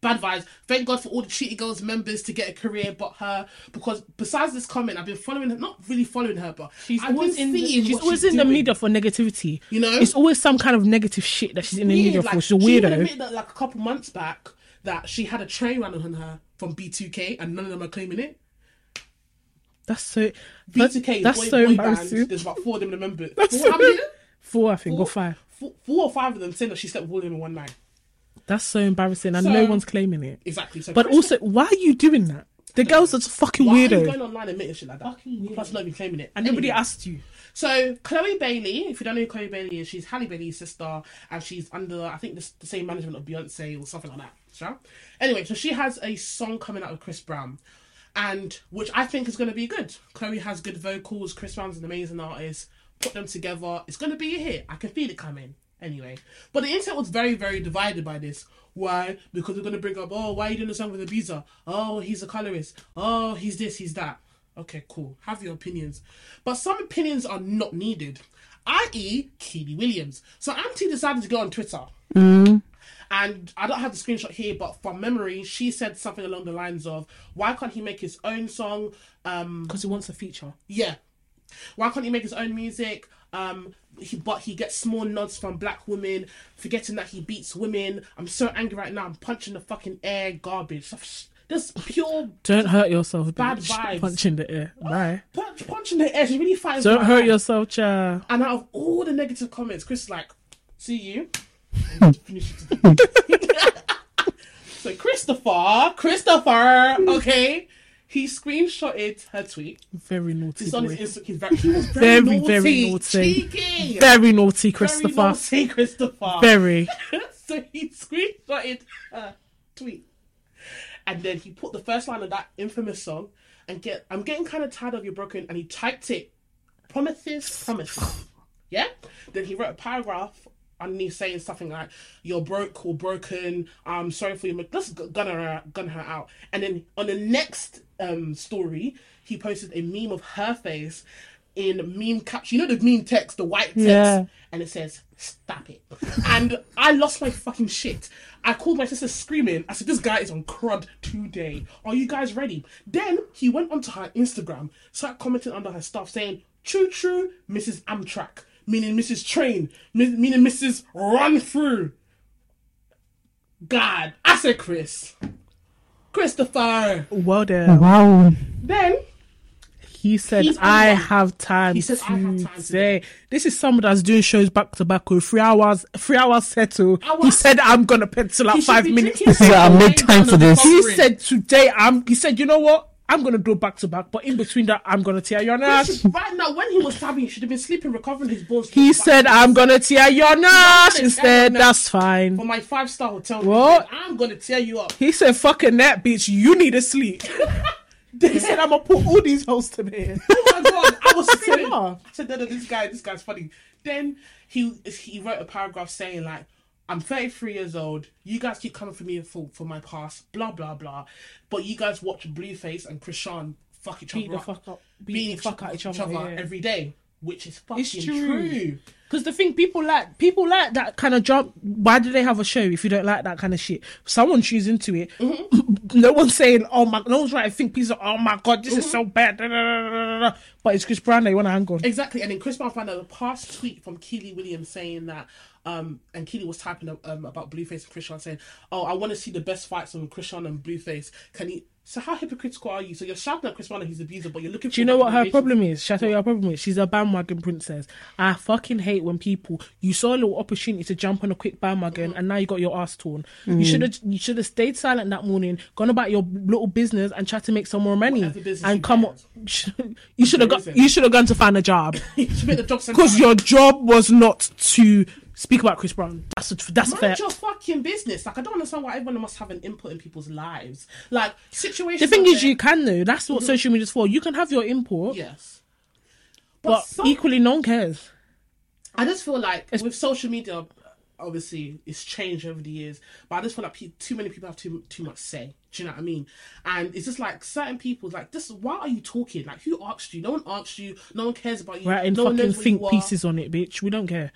Bad vibes. Thank God for all the Cheater Girls members to get a career, but her because besides this comment, I've been following her, not really following her, but
She's
I've
always
been
in the-
seeing
She's
what
always in the
doing.
media for negativity.
You know?
it's always some kind of negative shit that she's in the
weird,
media
like,
for. She's a
she even
weirdo.
admitted that like a couple months back that she had a train run on her from B2K and none of them are claiming it.
That's so. That's,
B2K,
that's
boy,
so
boy
embarrassing.
Band, there's about four of them in the members.
That's
four,
so-
how many?
Four, I think,
Four?
or five.
Four, four or five of them saying that she slept with all of them in one night.
That's so embarrassing, and
So-
no one's claiming it.
Exactly. So
But
Chris-
also, why are you doing that? The girls are just fucking
Why are you
weirdo,
going online admitting shit like that?
Fucking weird.
Plus, not even claiming it.
and nobody
Anyway.
asked you.
So, Chloe Bailey, if you don't know who Chloe Bailey is, she's Halle Bailey's sister, and she's under, I think, the, the same management of Beyonce or something like that. Sure? Anyway, so she has a song coming out with Chris Brown, and which I think is going to be good. Chloe has good vocals. Chris Brown's an amazing artist. Put them together, it's going to be a hit. I can feel it coming. Anyway, but the internet was very, very divided by this. Why? Because they're going to bring up, oh, why are you doing a song with Ibiza? Oh, he's a colorist. Oh, he's this, he's that. Okay, cool. Have your opinions. But some opinions are not needed, i.e., Keely Williams. So Auntie decided to go on Twitter. And I don't have the screenshot here, but from memory, she said something along the lines of, why can't he make his own song? Um,
Because he wants a feature.
yeah. Why can't he make his own music? Um, he, but he gets small nods from black women, forgetting that he beats women. I'm so angry right now. I'm punching the fucking air. Garbage. Stuff- Just pure
Don't hurt yourself.
Bad
bitch.
vibes.
Punch in the air. Bye.
punch, punching the air. She really fighting. for
Don't
her
hurt
life.
yourself, child.
And out of all the negative comments, Chris is like, see you. Finish it today. so Christopher, Christopher, okay, he screenshotted her tweet.
Very naughty.
It's on
boy.
his Instagram. He's very, he was very,
Very,
naughty.
very naughty.
Cheeky.
Very naughty, Christopher.
Very naughty, Christopher.
Very.
so he screenshotted her tweet, and then he put the first line of that infamous song, and get I'm getting kind of tired of your broken, and he typed it, promises, promise, yeah. Then he wrote a paragraph underneath saying something like, "You're broke or broken. I'm sorry for you." Just gun her, gun her out. And then on the next um story, he posted a meme of her face. In meme caption, you know the meme text, the white text,
Yeah.
and it says stop it and i lost my fucking shit i called my sister screaming i said this guy is on crud today are you guys ready then he went onto her instagram started commenting under her stuff saying true true mrs amtrak meaning mrs train mi- meaning mrs run through god i said chris christopher
Well, there.
Wow.
then
He said,
He's
I
online.
have time.
He said, "I have time
today. This is someone that's doing shows back to back with three hours, three hours settle. He
Hours?
said, I'm gonna pencil out
he should
five
be
minutes.
drinking
So I'll make
champagne
time
and
for this.
He
recovering.
said, Today, I'm, he said, You know what? I'm gonna do back to back, but in between that, I'm gonna tear your ass.
right now when he was stabbing he should have been sleeping recovering his bones
He said, I'm gonna tear your ass instead. That's
for
fine.
my five star hotel.
What?
room, I'm gonna tear you up.
He said, Fucking that bitch, you need to sleep. He said, I'm gonna put all these hoes to bed.
Oh my god, I was screaming. I
Sarah.
said, no, no, this guy, this guy's funny. Then he he wrote a paragraph saying like, I'm 33 years old. You guys keep coming for me for for my past, blah blah blah. But you guys watch Blueface and Krishan fuck each other
Beat the
up,
fuck up- beat
beating
the fuck out each other, yeah.
every day. which is fucking
It's
true.
true. Because the thing people like, people like that kind of jump. Why do they have a show if you don't like that kind of shit? Someone chews into it. No one's saying, "Oh my," no one's trying to think pieces. Of, oh my god, this is so bad. da, da, da, da, da, da." But it's Chris Brown that you want to hang on.
Exactly, and then Chris Brown found out a past tweet from Keely Williams saying that, um, and Keely was typing um, about Blueface and Krishan saying, "Oh, I want to see the best fights on Krishan and Blueface. Can you?" So how hypocritical are you? So you're shouting at Chris Brown that he's abusive, but you're looking.
Do you know what her problem is? Shall I tell you her problem is? She's a bandwagon princess. I fucking hate when people you saw a little opportunity to jump on a quick bandwagon and now you got your ass torn.
Mm.
You should have you should have stayed silent that morning, gone about your little business and tried to make some more money
Whatever business you
and come
had.
up. You should have got
isn't.
you should have gone to find a job
She made the job centre.
because your job was not to speak about Chris Brown. That's a, that's a fair.
Mind your fucking business. Like I don't understand why everyone must have an input in people's lives. Like situations.
The thing
out
is,
there-
you can though. That's
Mm-hmm.
what social media's for. You can have your input,
Yes. But,
but
some-
equally, no one cares.
I just feel like with social media, obviously it's changed over the years, but I just feel like pe- too many people have too too much say. Do you know what I mean? And it's just like certain people, like this. Why are you talking? Like who asked you? No one asked you. No one cares about you.
Writing
no one
fucking
knows what you
think
are.
pieces on it, bitch. We don't care.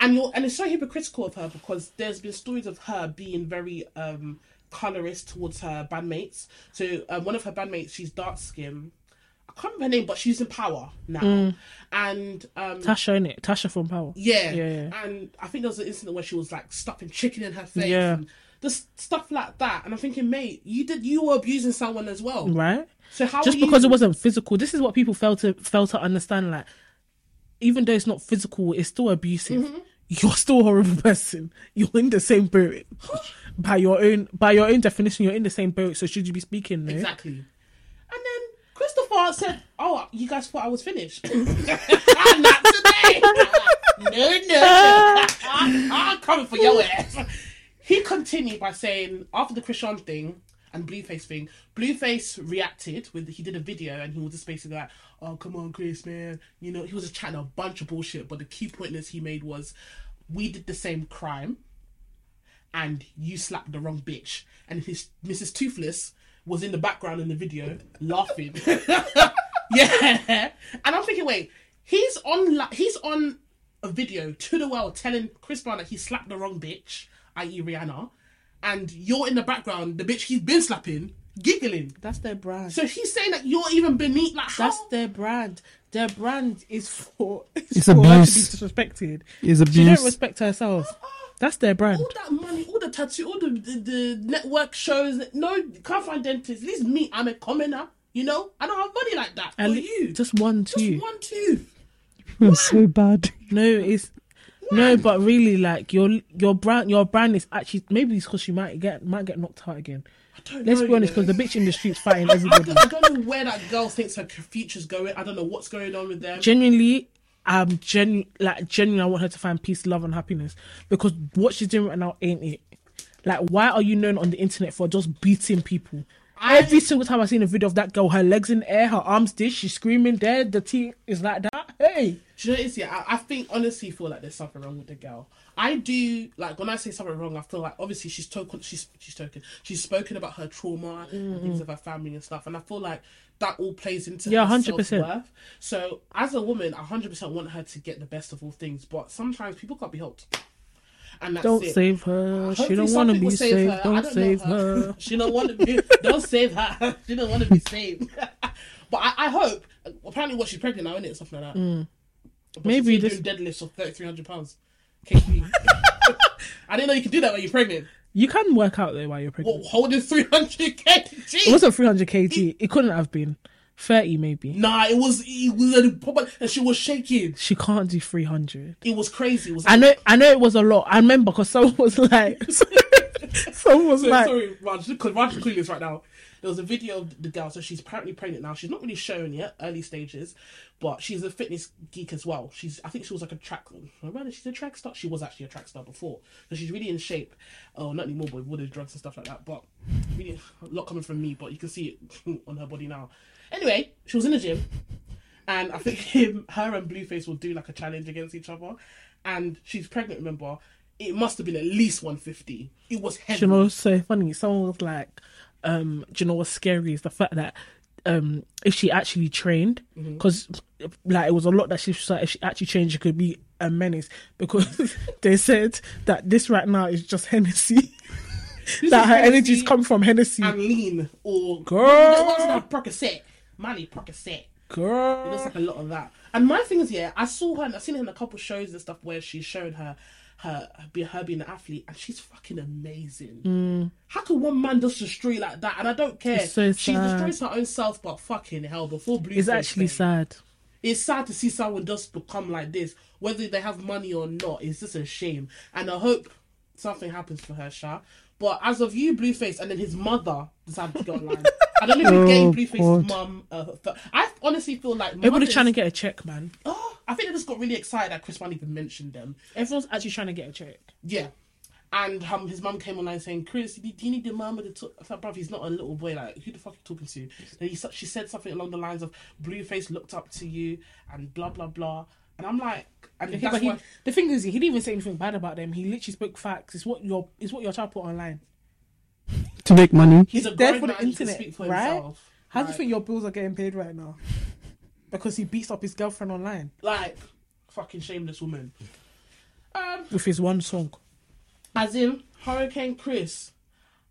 and you're and it's so hypocritical of her because there's been stories of her being very um colorist towards her bandmates so um, one of her bandmates she's dark skinned i can't remember her name but she's in power now
Mm.
and um
Tasha in it. Tasha from Power.
yeah.
Yeah, yeah.
and i think there was an incident where she was like stuffing chicken in her face
Yeah.
and just stuff like that and i'm thinking mate you did you were abusing someone as well
Right?
so how
Just
are you-
because it wasn't physical, this is what people fail to fail to understand. Like, even though it's not physical, it's still abusive.
Mm-hmm.
You're still a horrible person. You're in the same boat. by your own by your own definition, you're in the same boat. So should you be speaking? No?
Exactly. And then Christopher said, "Oh, you guys thought I was finished? Not today. no, no. I'm coming for your ass." He continued by saying, after the Krishan thing and Blueface thing, Blueface reacted with he did a video and he was just basically like, "Oh, come on, Chris, man. You know, he was just chatting a bunch of bullshit." But the key point is he made was, "We did the same crime." and you slapped the wrong bitch. And his Mrs. Toothless was in the background in the video laughing. yeah. And I'm thinking, wait, he's on li- he's on a video to the world telling Chris Brown that he slapped the wrong bitch, i.e. Rihanna, and you're in the background, the bitch he's been slapping, giggling.
That's their brand.
So he's saying that you're even beneath like how?
That's their brand. Their brand is for it's,
It's
for
abuse.
her to be disrespected.
It's
She
abuse.
don't respect herself.
Uh-uh.
That's their brand.
all that money, all the tattoo, all the, the, the network shows. No, you can't find dentists. At least me, I'm a commoner. You know, I don't have money like that.
And
For you, just,
Just one, two.
one tooth.
We're so bad.
No, it's no, but really, like your your brand, your brand is actually maybe it's because you might get might get knocked out again.
Don't
Let's
know,
be honest,
you know.
because the bitch in the streets fighting
I
everybody.
don't, I don't know where that girl thinks her future's going. I don't know what's going on with them.
Genuinely, I'm genu like genuinely, I want her to find peace, love, and happiness because what she's doing right now ain't it. Like, why are you known on the internet for just beating people?
I-
Every single time I seen a video of that girl, her legs in air, her arms this, she's screaming there. The tea is like that. Hey,
Do you know what it is? Yeah, I, I think honestly feel like there's something wrong with the girl. I do like when I say something wrong, I feel like obviously she's token she's she's token. She's spoken about her trauma and things of her family and stuff, and I feel like that all plays into
Mm-hmm. Yeah,
her
100%.
self-worth. So as a woman, I hundred percent want her to get the best of all things, but sometimes people can't be helped. And that's
don't
it.
save her. she
Hopefully
don't want to
something
be
will save her.
saved.
I
Don't
don't know
save
her.
her.
she don't want to be. Don't save her. She don't want to be saved. but I, I hope. Apparently, what she's pregnant now, isn't it? Something like that. But
Mm. Maybe
she's
this-
doing deadlifts of thirty three hundred pounds. KP. I didn't know you could do that when you're pregnant.
You can work out though while you're pregnant.
What, holding three hundred
It
kg.
wasn't 300 kg. It couldn't have been 30 maybe.
Nah, it was it was a proper, and she was shaking.
She can't do 300.
It was crazy. It was.
I know. I know it was a lot. I remember because someone was like, someone was
So,
like,
sorry, Raj, because Raj is doing this right now. There was a video of the girl, so she's apparently pregnant now. She's not really shown yet, early stages, but she's a fitness geek as well. She's, I think she was like a track. Remember, she's a track star. She was actually a track star before, so she's really in shape. Oh, not anymore, but with all the drugs and stuff like that. But really, a lot coming from me, but you can see it on her body now. Anyway, she was in the gym, and I think him, her and Blueface will do like a challenge against each other, and she's pregnant. Remember. It must have been at least 150. It was heavy.
do you know, what's so funny. Someone was like, um, do you know what's scary is the fact that um if she actually trained
Mm-hmm.
because like it was a lot that she was like if she actually trained she could be a menace because they said that this right now is just Hennessy that
is
her
Hennessy
energies come from Hennessy
and lean or
Girl.
No, what's that Percocet? Manny Percocet. It looks
girl
like a lot of that. And my thing is, yeah, I saw her and I've seen her in a couple shows and stuff where she's showing her her be her being an athlete and she's fucking amazing. How could one man just destroy like that? And I don't care.
Mm. It's so
she
sad.
destroys her own self, but fucking hell, before blue.
it's actually sad
It's sad to see someone just become like this, whether they have money or not. It's just a shame, and I hope something happens for her, Sha. But as of you, Blueface, and then his mother decided to go online. I don't know if
Oh,
he's getting Blueface's
God.
mum. Uh, but I honestly feel like
everybody
mothers-
trying to get a check man
Oh, I think they just got really excited that Chris Mann even mentioned them.
everyone's actually trying to get a check
Yeah. And um, his mum came online saying, Chris, do you need your mum to talk? I said, bruv, he's not a little boy. Like, who the fuck are you talking to? Then he, sa- she said something along the lines of, Blueface looked up to you and blah, blah, blah. And I'm like, and
Okay,
that's
but he,
why-
the thing is, he didn't even say anything bad about them. He literally spoke facts. It's what your it's what your child put online.
to make money.
he's a
there
grown
for the
man who can
internet,
speak for
right?
himself.
How do you
Like-
think your bills are getting paid right now? Because he beats up his girlfriend online
Like, fucking shameless woman. Um,
with his one song.
As in Hurricane Chris.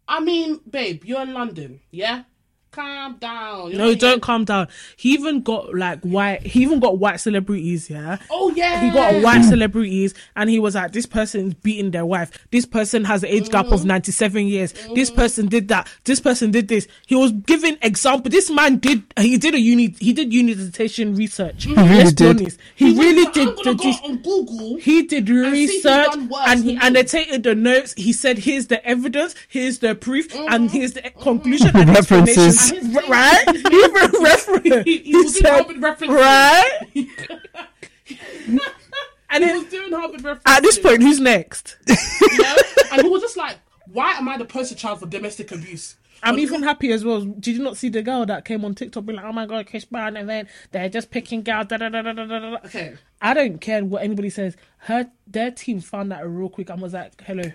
I mean, babe, you're in London, yeah? Calm down. You're
No,
not-
don't calm down. He even got like white. He even got white celebrities. Yeah.
Oh yeah.
He got white celebrities, and he was like, "This person's beating their wife. This person has an age gap
Mm.
of ninety-seven years. This person did that. This person did this." He was giving example. This man did. He did a uni. He did uni dissertation research.
really
Let's be
did.
honest. He, really
went,
did.
I'm gonna
the- this-
go on Google.
he did
see who's
research
done worse
and
than
he
you.
annotated the notes. He said, "Here's the evidence. Here's the proof, and here's the conclusion and
References.
explanation."
Mm-hmm. And his thing-
right? Even reference.
He- he was in Harvard references.
right? and
he
then
was doing Harvard references.
at this point, who's next?
you know? and he was just like, "Why am I the poster child for domestic abuse?"
I'm even happy as well. Did you not see the girl that came on TikTok being like, "Oh my god, Chris Brown," and then they're just picking girls. Da, da, da, da, da, da, da.
Okay.
I don't care what anybody says. Her their team found out real quick and was like, "Hello."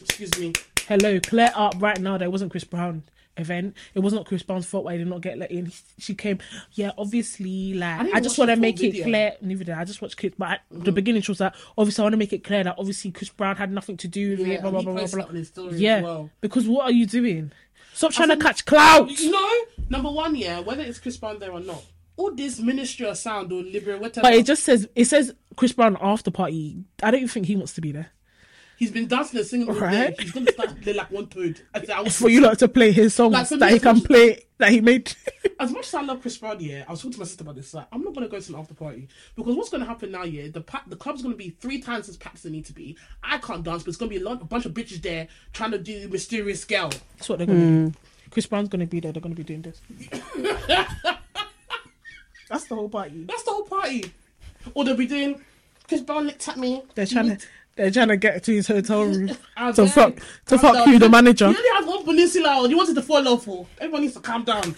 Excuse me.
Hello, clear up right now. There wasn't Chris Brown event. It was not Chris Brown's fault why he did not get let in. She came. Yeah, obviously, like
didn't
I, just
watch
want
the
to
full
make
video. Mm-hmm.
it clear. Neither did I. I just watched clips, but at the beginning she was like, obviously, I want to make it clear that obviously Chris Brown had nothing to do with
Yeah,
it. Blah
and
blah
he
blah blah.
posted
blah.
it on his story as
yeah,
well.
because what are you doing? Stop trying to catch clout.
You know, number one, yeah, whether it's Chris Brown there or not, all this Ministry of Sound or Liberal, whatever,
But it just says it says Chris Brown after party. I don't even think he wants to be there
he's been dancing and singing all
Right.
day. He's gonna start playing like one toad. I said, I was-
for you lot to play his songs
Like, for me,
that he
it's
can
not-
play that he made.
as much as I love Chris Brown, yeah, I was talking to my sister about this. Like, I'm not gonna go to an after party because what's gonna happen now, yeah, the pa- the club's gonna be three times as packed as it need to be. I can't dance, but it's gonna be a, lot, a bunch of bitches there trying to do mysterious girl.
That's what they're gonna do. Hmm. Chris Brown's gonna be there. They're gonna be doing this. That's the whole party.
That's the whole party. Or they'll be doing Chris Brown looked at me.
They're trying to. They're trying to get to his hotel room
I
to
beg.
fuck to
Calm
fuck
down.
you, the manager.
You only have one peninsula. or You wanted to fall off. or Everyone needs to calm down.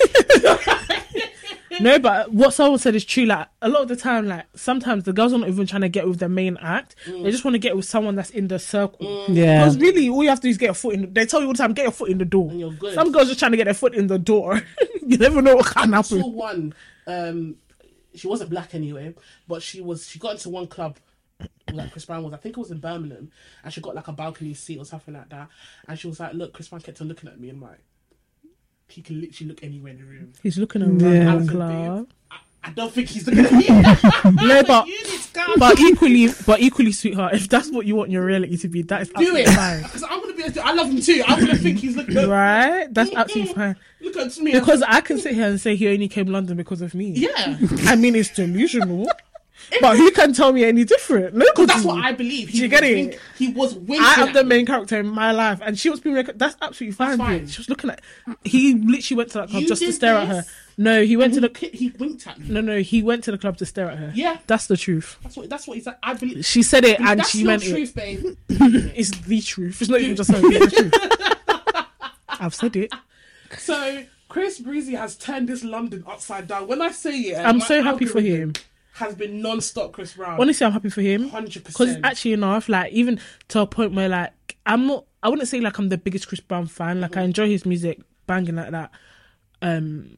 No, but what someone said is true. Like a lot of the time, like sometimes the girls are not even trying to get with the main act. They just want to get with someone that's in the circle.
Yeah.
Because really, all you have to do is get a foot in. They tell you all the time, get your foot in the door.
you're good.
Some girls just trying to get their foot in the door. you never know what can happen.
saw one. Um, she wasn't black anyway, but she was. She got into one club. Like Chris Brown was, I think it was in Birmingham, and she got like a balcony seat or something like that. And she was like, "Look, Chris Brown kept on looking at me and like, he can literally look anywhere in the room."
He's looking around
Yeah.
the
I said,
club.
"Babe, I, I don't think he's looking at me. I'm
No,
like,
but
you need to calm
but equally, but equally, sweetheart, if that's what you want your reality to be, that is
do
absolutely
it
fine,
because I'm gonna be. I love him too. I'm gonna think he's looking. At,
right? That's absolutely fine
Look at me
because I can sit here and say he only came London because of me.
yeah,
I mean it's delusional, but who can tell me any different? No,
because that's what I believe. He
Do you get
was
it?
wink- He was winking.
I am
at
the
me.
main character in my life, and she was being rec- that's absolutely fine.
fine.
dude. She was looking at. He literally went to that club
You
just to
did
stare at
this?
her. No, he went to the.
He, he winked at me.
No, no, he went to the club to stare at her.
Yeah.
that's the truth.
That's what. That's what he's. Like. I believe.
She said it, and
that's
she
your
meant it.
truth, babe.
It's the truth. It's not even just her. It's the truth. I've said it.
so Chris Breezy has turned this London upside down. When I say it,
I'm
my
so happy for
algorithm
him.
Has been non-stop Chris Brown.
Honestly, I'm happy for him.
Hundred
Because
percent.
actually enough, like even to a point where like I'm not I wouldn't
Mm-hmm.
say like I'm the biggest Chris Brown fan. Like I enjoy his music banging like that. Um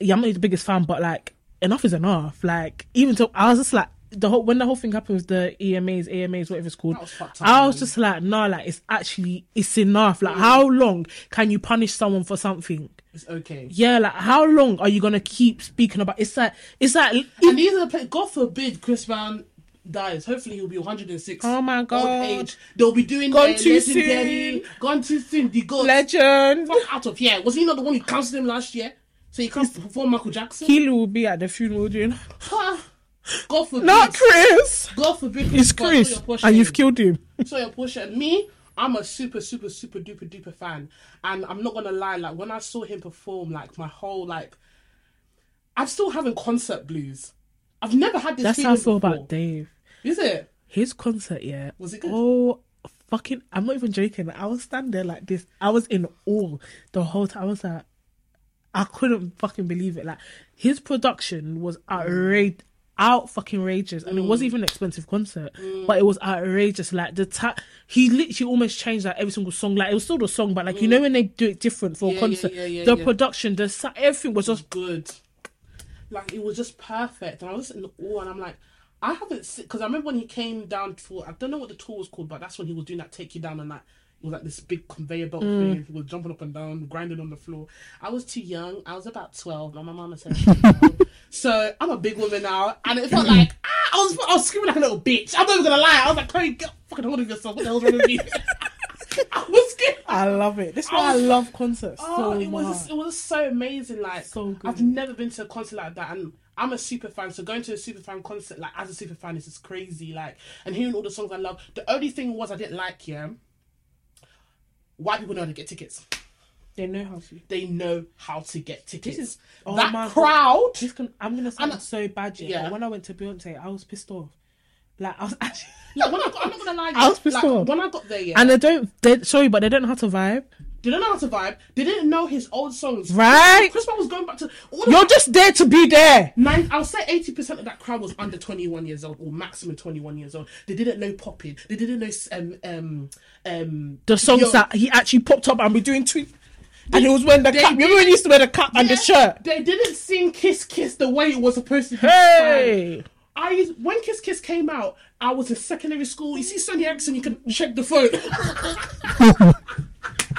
yeah, I'm not the biggest fan, but like enough is enough. Like even so, I was just like the whole when the whole thing happened with the E EMAs, AMAs, whatever it's called.
That was fucked up,
I was
man. Mm.
just like, nah, like it's actually it's enough. Like how long can you punish someone for something?
It's okay.
Yeah, like how long are you gonna keep speaking about? It's like it's like
And these are the play. God forbid Chris Brown dies. Hopefully he'll be 106.
Oh my
Old
God.
age. They'll be doing
Gone
their
too
legendary- Gone too soon. The God.
legend.
fuck out of here. Was he not the one who cancelled him last year? So he can't perform Michael Jackson.
Keely will be at the funeral, do you know?
Ha! God forbid.
Not Chris.
God forbid.
It's
Brown saw
Chris,
your Porsche.
and you've killed him.
So your Portia, me, I'm a super, super, super duper duper fan, and I'm not gonna lie. Like when I saw him perform, like my whole like, I'm still having concert blues. I've never had this.
That's how I
feeling
feel about
before.
Dave.
Is it?
His concert, yeah.
Was it good?
Oh, fucking! I'm not even joking. I was standing there like this. I was in awe the whole time. I was like, I couldn't fucking believe it. Like his production was outrage, out fucking outrageous, and it
Mm.
wasn't even an expensive concert, but it was outrageous. Like the ta- he literally almost changed like every single song. Like it was still the song, but like you know when they do it different for
Mm. Yeah,
a
yeah,
concert,
yeah, yeah,
the
yeah.
production, the sa- everything was just
Good. Like it was just perfect, and I was in awe, and I'm like. I haven't seen because I remember when he came down for I don't know what the tour was called, but that's when he was doing that take you down and that it was like this big conveyor belt thing. He was jumping up and down, grinding on the floor. I was too young. I was about twelve. My mama said, so I'm a big woman now, and it felt like ah, I was I was screaming like a little bitch. I'm not even gonna lie. I was like, Chloe, get fucking hold of yourself. What the hell's wrong with you? I was scared.
I love it. This is
why I
love concerts
Oh, it was it was so amazing. Like
So good.
I've never been to a concert like that, and I'm a super fan. So going to a super fan concert, like as a super fan, is just crazy. Like and hearing all the songs I love. The only thing was I didn't like yeah. White people know how to get tickets.
They know how to.
They know how to get tickets.
is- oh
that
my God.
crowd.
This can, I'm gonna sound
And-
so bad, yeah,
yeah.
But when I went to Beyonce, I was pissed off. Like I was actually,
Like when I got, I'm not gonna lie.
I was pissed
like,
off.
When I got there, yeah,
and they don't. They sorry, but they don't know how to vibe,
they didn't know how to vibe. They didn't know his old songs.
right?
Chris Brown was going back to all of
You're just there to be there.
Nine, I'll say eighty percent of that crowd was under twenty one years old or maximum twenty one years old. They didn't know popping. They didn't know um um um.
The songs
Yo.
that he actually popped up and be doing tweet, and it was wearing the
they
cap. Remember when he used to wear the cap and the shirt?
They didn't sing "Kiss Kiss" the way it was supposed to be.
Hey,
I used- when "Kiss Kiss" came out, I was in secondary school. You see Sonny Erickson, you can check the phone.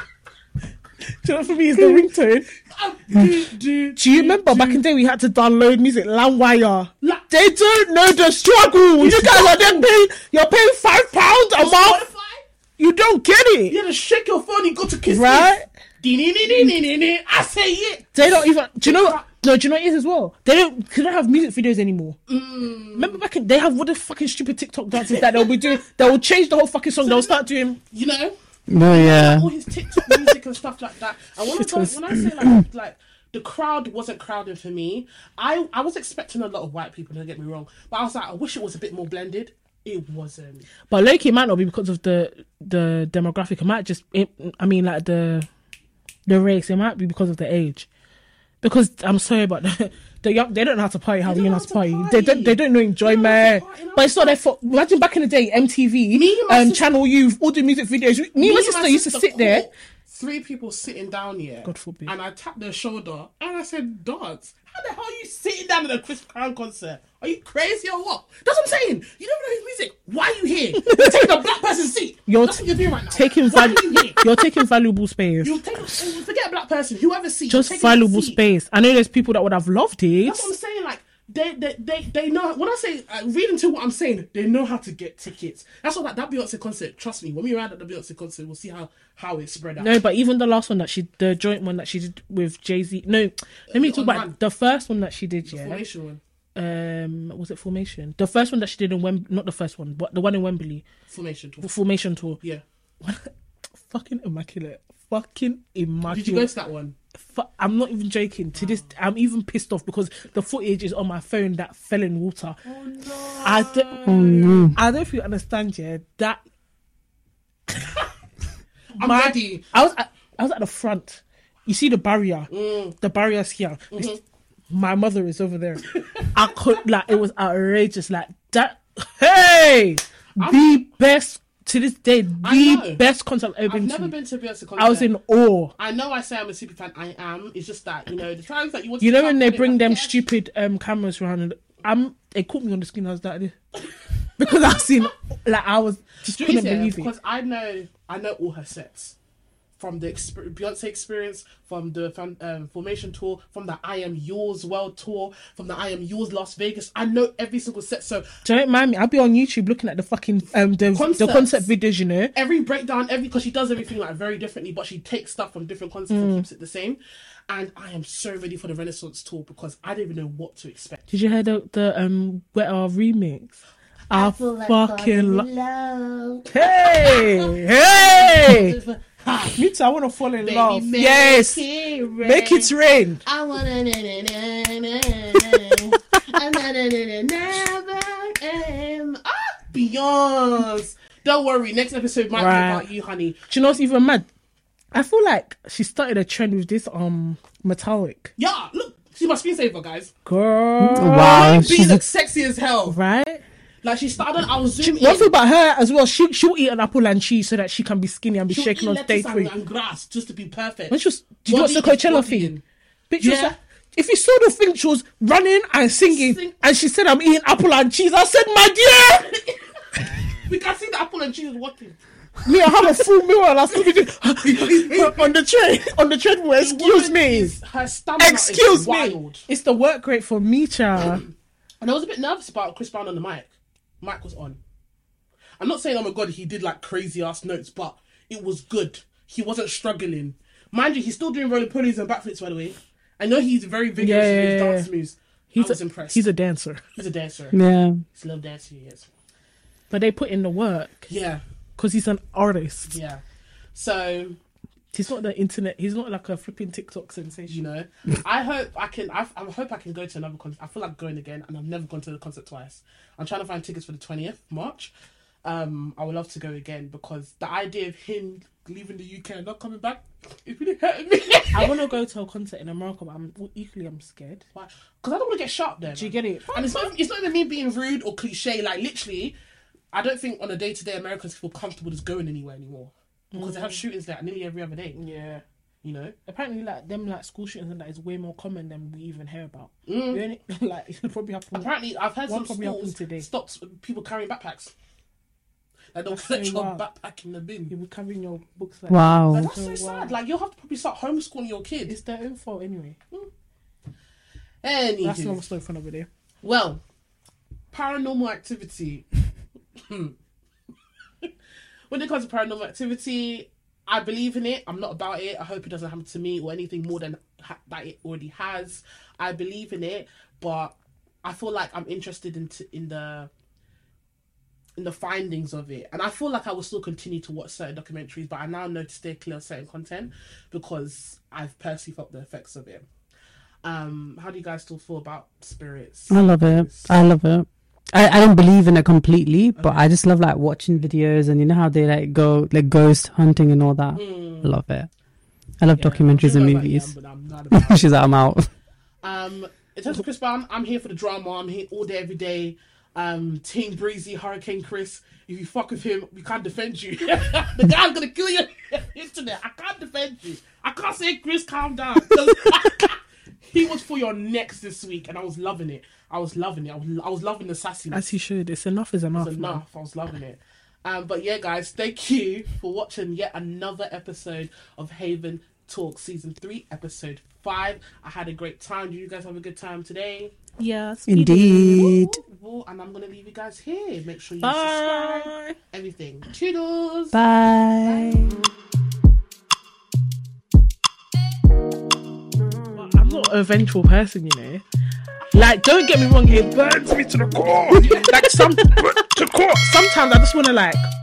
do you know what for me is the ringtone?
Um, do, do,
Do you remember back in the day we had to download music LandWire?
La-
they don't know the struggle. You guys are then paying. You're paying five pounds a month.
Spotify?
You don't get it.
You had to shake your phone and go to "Kiss
Right?
Kiss." Right? I say it.
They don't even. Do you know? what- No, do you know what it is as well? They don't. They don't have music videos anymore. Remember back in, they have what the fucking stupid TikTok dances that they'll be doing. They will change the whole fucking song. They'll start doing.
You know.
No, yeah.
all his TikTok music and stuff like that. And when, I, go, when I say like like the crowd wasn't crowding for me, I I was expecting a lot of white people. Don't get me wrong, but I was like, I wish it was a bit more blended. It wasn't.
But Loki it might not be because of the the demographic. It might just. It, I mean, like the the race. It might be because of the age. Because I'm sorry, but the, young they don't know how to party. How
don't
the young
know
know how to
how to
party. They don't.
party.
They don't know
They
enjoyment.
don't know how to party,
but it's not their fault. Imagine back in the day, MTV,
Me and my
um,
sis-
Channel U, all the music videos. Me, and my sister used to sit there.
caught Three people sitting down here.
God forbid.
And I tapped their shoulder and I said, "Dance! How the hell are you sitting down at a Chris Brown concert? Are you crazy or what?" That's what I'm saying. You don't know his music. Why are you here? You're taking a black person's seat.
You're
That's what you're doing right now.
taking
Why are
val-
you here?
you're taking valuable space.
You take forget a black person, whoever sees
just
take a
valuable
seat.
space. I know there's people that would have loved it.
That's what I'm saying. Like they, they, they, they know. When I say uh, read into what I'm saying, they know how to get tickets. That's what like, that Beyonce concert. Trust me, when we arrive at the Beyonce concert, we'll see how how it spread out.
No, but even the last one that she, the joint one that she did with Jay Z. No, let me talk
on
about
Run.
the first one that she did. Yeah,
Formation one.
um, was it Formation? The first one that she did in Wem, not the first one, but the one in Wembley,
Formation tour.
the Formation tour.
Yeah.
Fucking immaculate. Fucking immaculate.
Did you go to that one?
Fu- I'm not even joking. To this, I'm even pissed off because the footage is on my phone that fell in water.
Oh no.
I don't, I don't know if you understand, yeah. That
I'm
my-
ready.
I was at, I was at the front. You see the barrier.
Mm.
The barrier's here. This-
Mm-hmm.
My mother is over there. I could like it was outrageous. Like that. Hey, the best to this day
I
the
know.
best concert I've ever
I've
been
never
to.
been to a Beyonce concert.
I was in awe.
I know I say I'm a super fan. I am. It's just that you know the times that you want.
You
to
know when they
come,
bring
I
them
don't care.
stupid um cameras around and I'm they caught me on the screen. I was like this because I seen like I was just
Do you
couldn't
see it?
believe it.
Because I know, I know all her sets from the exper- Beyonce experience, from the fun- um, Formation tour, from the I Am Yours World tour, from the I Am Yours Las Vegas. I know every single set. So
Don't mind me. I'll be on YouTube looking at the fucking um the the
Concerts.
concert videos. You know,
every breakdown, every because she does everything like very differently, but she takes stuff from different concepts
Mm.
and keeps it the same. And I am so ready for the Renaissance tour because I don't even know what to expect.
did you hear the the um wet our remix? I, fucking lo-
love.
hey hey. Me too. I want to fall in love. yes, make it rain.
I wanna na na na na na na na na never am ah Beyonce. Don't worry, next episode might
Right.
be about you, honey.
Do you know what's even mad? I feel like she started a trend with this um metallic
Yeah, look, she's my screensaver, guys.
girl.
Wow,
She
she's a,
looks sexy as hell.
Uh, Right?
Like she started on our Zoom.
One thing
in.
about her as well, she she'll eat an apple and cheese so that she can be skinny and be
She'll eat
shaking on
lettuce
stage.
and,
with-
and grass just to be perfect.
When she was, did you watch the
Body is
Coachella
body.
thing? Bitch, she was
Yeah.
like- if you saw the thing, she was running and singing,
Sing-
and she said, "I'm eating apple and cheese." I said, "My dear,
We can see the apple and cheese working.
me, I have a full meal and I still be doing- on the train, on the treadmill. Excuse
Woman
me,
is- Her stamina
excuse
is
me.
wild.
It's the work rate for me, child.
And I was a bit nervous about Chris Brown on the mic. Mic was on. I'm not saying, oh my god, he did like crazy ass notes, but it was good. He wasn't struggling. Mind you, he's still doing roller pulleys and backflips, by the way. I know he's very vigorous
Yeah,
in
yeah,
his
yeah.
dance moves. I was
a,
impressed.
He's a Mm. dancer,
He's a dancer.
yeah.
He's a little dancer, he is.
but they put in the work
Yeah,
because he's an artist.
yeah. So,
He's not the internet. He's not like a flipping TikTok
you
sensation.
know, I hope I can, I, I hope I can go to another concert. I feel like going again, and I've never gone to the concert twice. I'm trying to find tickets for the 20th March. um, I would love to go again because the idea of him leaving the UK and not coming back is really hurting me. Because
I want to go to a concert in America, but I'm equally I'm scared.
I don't want to get shot there.
Do you get it?
And it's not, it's not even me being rude or cliche. Like, literally, I don't think on a day to day Americans feel comfortable just going anywhere anymore because they have
Mm.
shootings there nearly every other day,
Yeah.
you know?
Apparently, like them, like school shootings and that is way more common than we even hear about. We only, like it probably happen.
Apparently, I've heard
One
some
probably happened
schools
today.
stopped people carrying backpacks. Like, they'll
That's so
collect your
wild.
backpack in the bin.
You'll be carrying your books. Like,
Like,
Wow.
that's so
So wild.
sad. Like, you'll have to probably start homeschooling your kids.
It's their own fault anyway.
Anywho.
That's another story for another day.
Well, paranormal activity. when it comes to paranormal activity, I believe in it. I'm not about it. I hope it doesn't happen to me or anything more than ha- that it already has. I believe in it, but I feel like I'm interested in t- in the in the findings of it. And I feel like I will still continue to watch certain documentaries, but I now know to stay clear of certain content because I've personally felt the effects of it. Um, how do you guys still feel about spirits?
I love it. I love it. I, I don't believe in it completely, but I just love like watching videos and you know how they like go like ghost hunting and all that. I love it. I love documentaries and
Everyone's like,
movies.
"Yeah, but I'm not about it."
She's like, I'm out.
um, in terms of Chris Brown, I'm here for the drama. I'm here all day, every day. Um, Team Breezy, Hurricane Chris. If you fuck with him, we can't defend you. the guy's gonna kill you. Internet, I can't defend you. I can't say Chris, calm down. he was for your necks this week, and I was loving it. I was loving it. I was, I was loving the sassiness
As he should. It's enough is enough.
was
man.
enough. I was loving it. Um, but yeah, guys, thank you for watching yet another episode of Haven Talk Season 3, Episode 5. I had a great time. Did you guys have a good time today?
Yes. we
Indeed.
Ooh, ooh, and I'm going to leave you guys here. Make sure you
do.
subscribe,
Bye.
everything. Toodles.
Bye.
Well, I'm not a vengeful person, you know. Like, don't get me wrong, it burns me to the core. like some to the core. Sometimes I just want to like